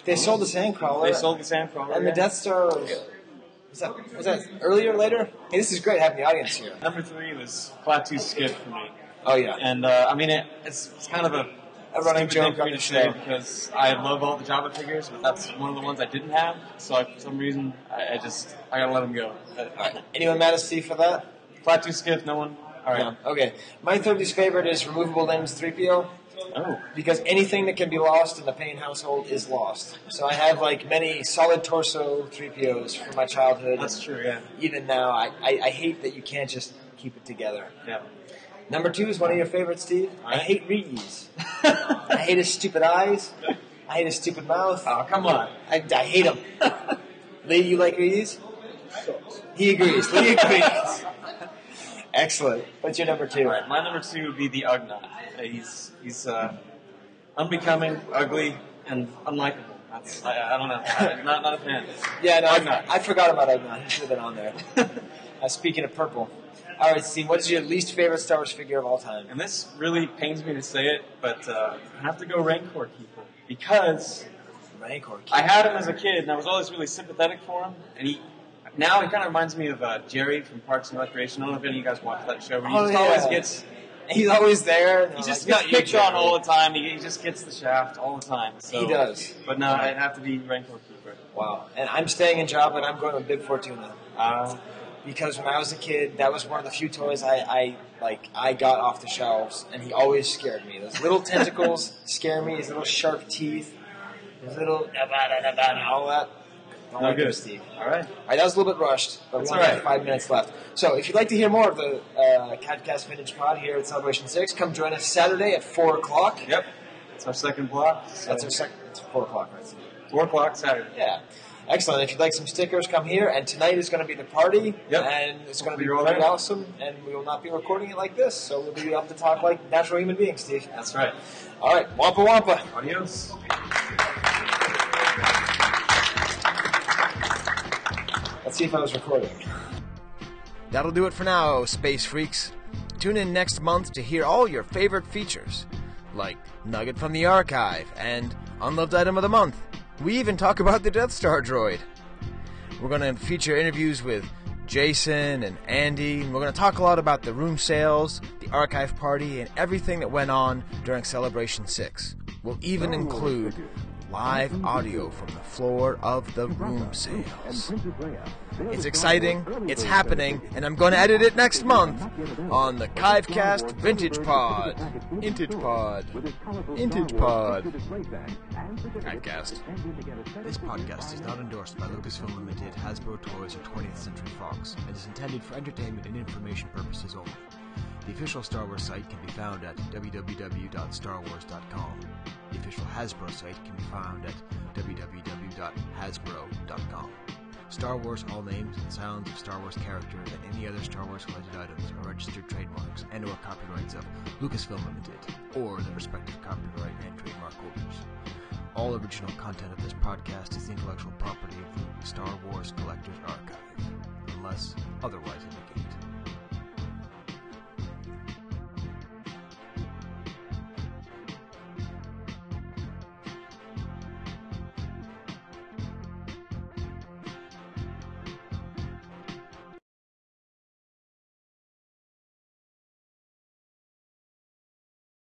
Speaker 1: They sold the sandcrawler.
Speaker 7: Hmm? they sold the sandcrawler.
Speaker 1: And the
Speaker 7: yeah.
Speaker 1: Death Star was, was that was that earlier or later? Hey, this is great having the audience here.
Speaker 7: Number three was Klaatu Skip for me.
Speaker 1: Oh yeah.
Speaker 7: And uh, I mean, it, it's, it's kind of a,
Speaker 1: A running joke
Speaker 7: stupid thing for
Speaker 1: on
Speaker 7: me to
Speaker 1: the
Speaker 7: say
Speaker 1: show.
Speaker 7: because I love all the Java figures, but that's one of the ones I didn't have. So I, for some reason, I, I just I gotta let him go. But,
Speaker 1: Anyone mad at Steve for that?
Speaker 7: Klaatu Skip, no one. All right.
Speaker 1: No. Okay. My third least favorite is removable limbs 3PO.
Speaker 7: Oh.
Speaker 1: Because anything that can be lost in the Payne household is lost. So I have like many solid torso 3POs from my childhood.
Speaker 7: That's true, yeah.
Speaker 1: Even now, I, I, I hate that you can't just keep it together.
Speaker 7: Yeah.
Speaker 1: Number two is one of your favorites, Steve. I
Speaker 7: Alright.
Speaker 1: hate Reeves. I hate his stupid eyes. I hate his stupid mouth. Oh,
Speaker 7: Uh, come on.
Speaker 1: I, I hate him. Lee, you like Reeves? He agrees. Lee agrees. Excellent. What's your number two?
Speaker 7: All right, my number two would be the Ugnaught. Uh, he's he's uh, unbecoming, ugly, and unlikable. That's, I, I don't know. I'm not, not a fan.
Speaker 1: Yeah, no, I, I forgot about Ugnaught. He should have been on there. uh, speaking of purple. All right, Steve, what is your least favorite Star Wars figure of all time?
Speaker 7: And this really pains me to say it, but uh, I have to go Rancor Keeper because
Speaker 1: Rancor Keeper.
Speaker 7: I had him as a kid, and I was always really sympathetic for him. And he now he kind of reminds me of uh, Jerry from Parks and Recreation. I don't know if any of you guys watch that show, but he
Speaker 1: Oh,
Speaker 7: just
Speaker 1: yeah.
Speaker 7: always gets
Speaker 1: He's always there.
Speaker 7: He
Speaker 1: Like,
Speaker 7: just gets
Speaker 1: "Not you,
Speaker 7: picked on
Speaker 1: Jerry."
Speaker 7: all the time. He, he just gets the shaft all the time. So.
Speaker 1: He does.
Speaker 7: But no, I'd have to be Rancor Keeper.
Speaker 1: Wow. And I'm staying in Java and I'm going to Big Fortuna. Um,
Speaker 7: Uh,
Speaker 1: because when I was a kid, that was one of the few toys I, I like I got off the shelves and he always scared me. Those little tentacles scare me, his little sharp teeth, his little and all that. Don't
Speaker 7: No
Speaker 1: like him,
Speaker 7: good.
Speaker 1: Steve.
Speaker 7: All right.
Speaker 1: All right, that was a little bit rushed, but we
Speaker 7: That's
Speaker 1: only have
Speaker 7: all right.
Speaker 1: five minutes left. So if you'd like to hear more of the uh, Cadcast Vintage Pod here at Celebration 6, come join us Saturday at 4 o'clock.
Speaker 7: Yep. It's our second block.
Speaker 1: That's our second, it's 4 o'clock, right?
Speaker 7: Four o'clock Saturday.
Speaker 1: Yeah. Excellent. If you'd like some stickers, come here. And tonight is going to be the party.
Speaker 7: Yep.
Speaker 1: And it's going to be
Speaker 7: We're all
Speaker 1: pretty
Speaker 7: there.
Speaker 1: awesome. And we will not be recording it like this. So we'll be up to talk like natural human beings, Steve.
Speaker 7: That's right.
Speaker 1: All right. Wampa Wampa.
Speaker 7: Adios.
Speaker 1: Let's see if I was recording.
Speaker 4: That'll do it for now, Space Freaks. Tune in next month to hear all your favorite features, like Nugget from the Archive and Unloved Item of the Month. We even talk about the Death Star droid. We're going to feature interviews with Jason and Andy, and we're going to talk a lot about the room sales, the archive party, and everything that went on during Celebration 6. We'll even include live audio from the floor of the room sales. It's exciting, it's happening, and I'm going to edit it next month on the Kivecast Vintage Pod. Vintage Pod. Vintage Pod. Kivecast. This podcast is not endorsed by Lucasfilm Limited, Hasbro Toys, or 20th Century Fox, and is intended for entertainment and information purposes only. The official Star Wars site can be found at www.starwars.com. The official Hasbro site can be found at www.hasbro.com. Star Wars, all names and sounds of Star Wars characters and any other Star Wars related items are registered trademarks and or copyrights of Lucasfilm Limited or the respective copyright and trademark holders. All original content of this podcast is the intellectual property of the Star Wars Collectors Archive, unless otherwise indicated.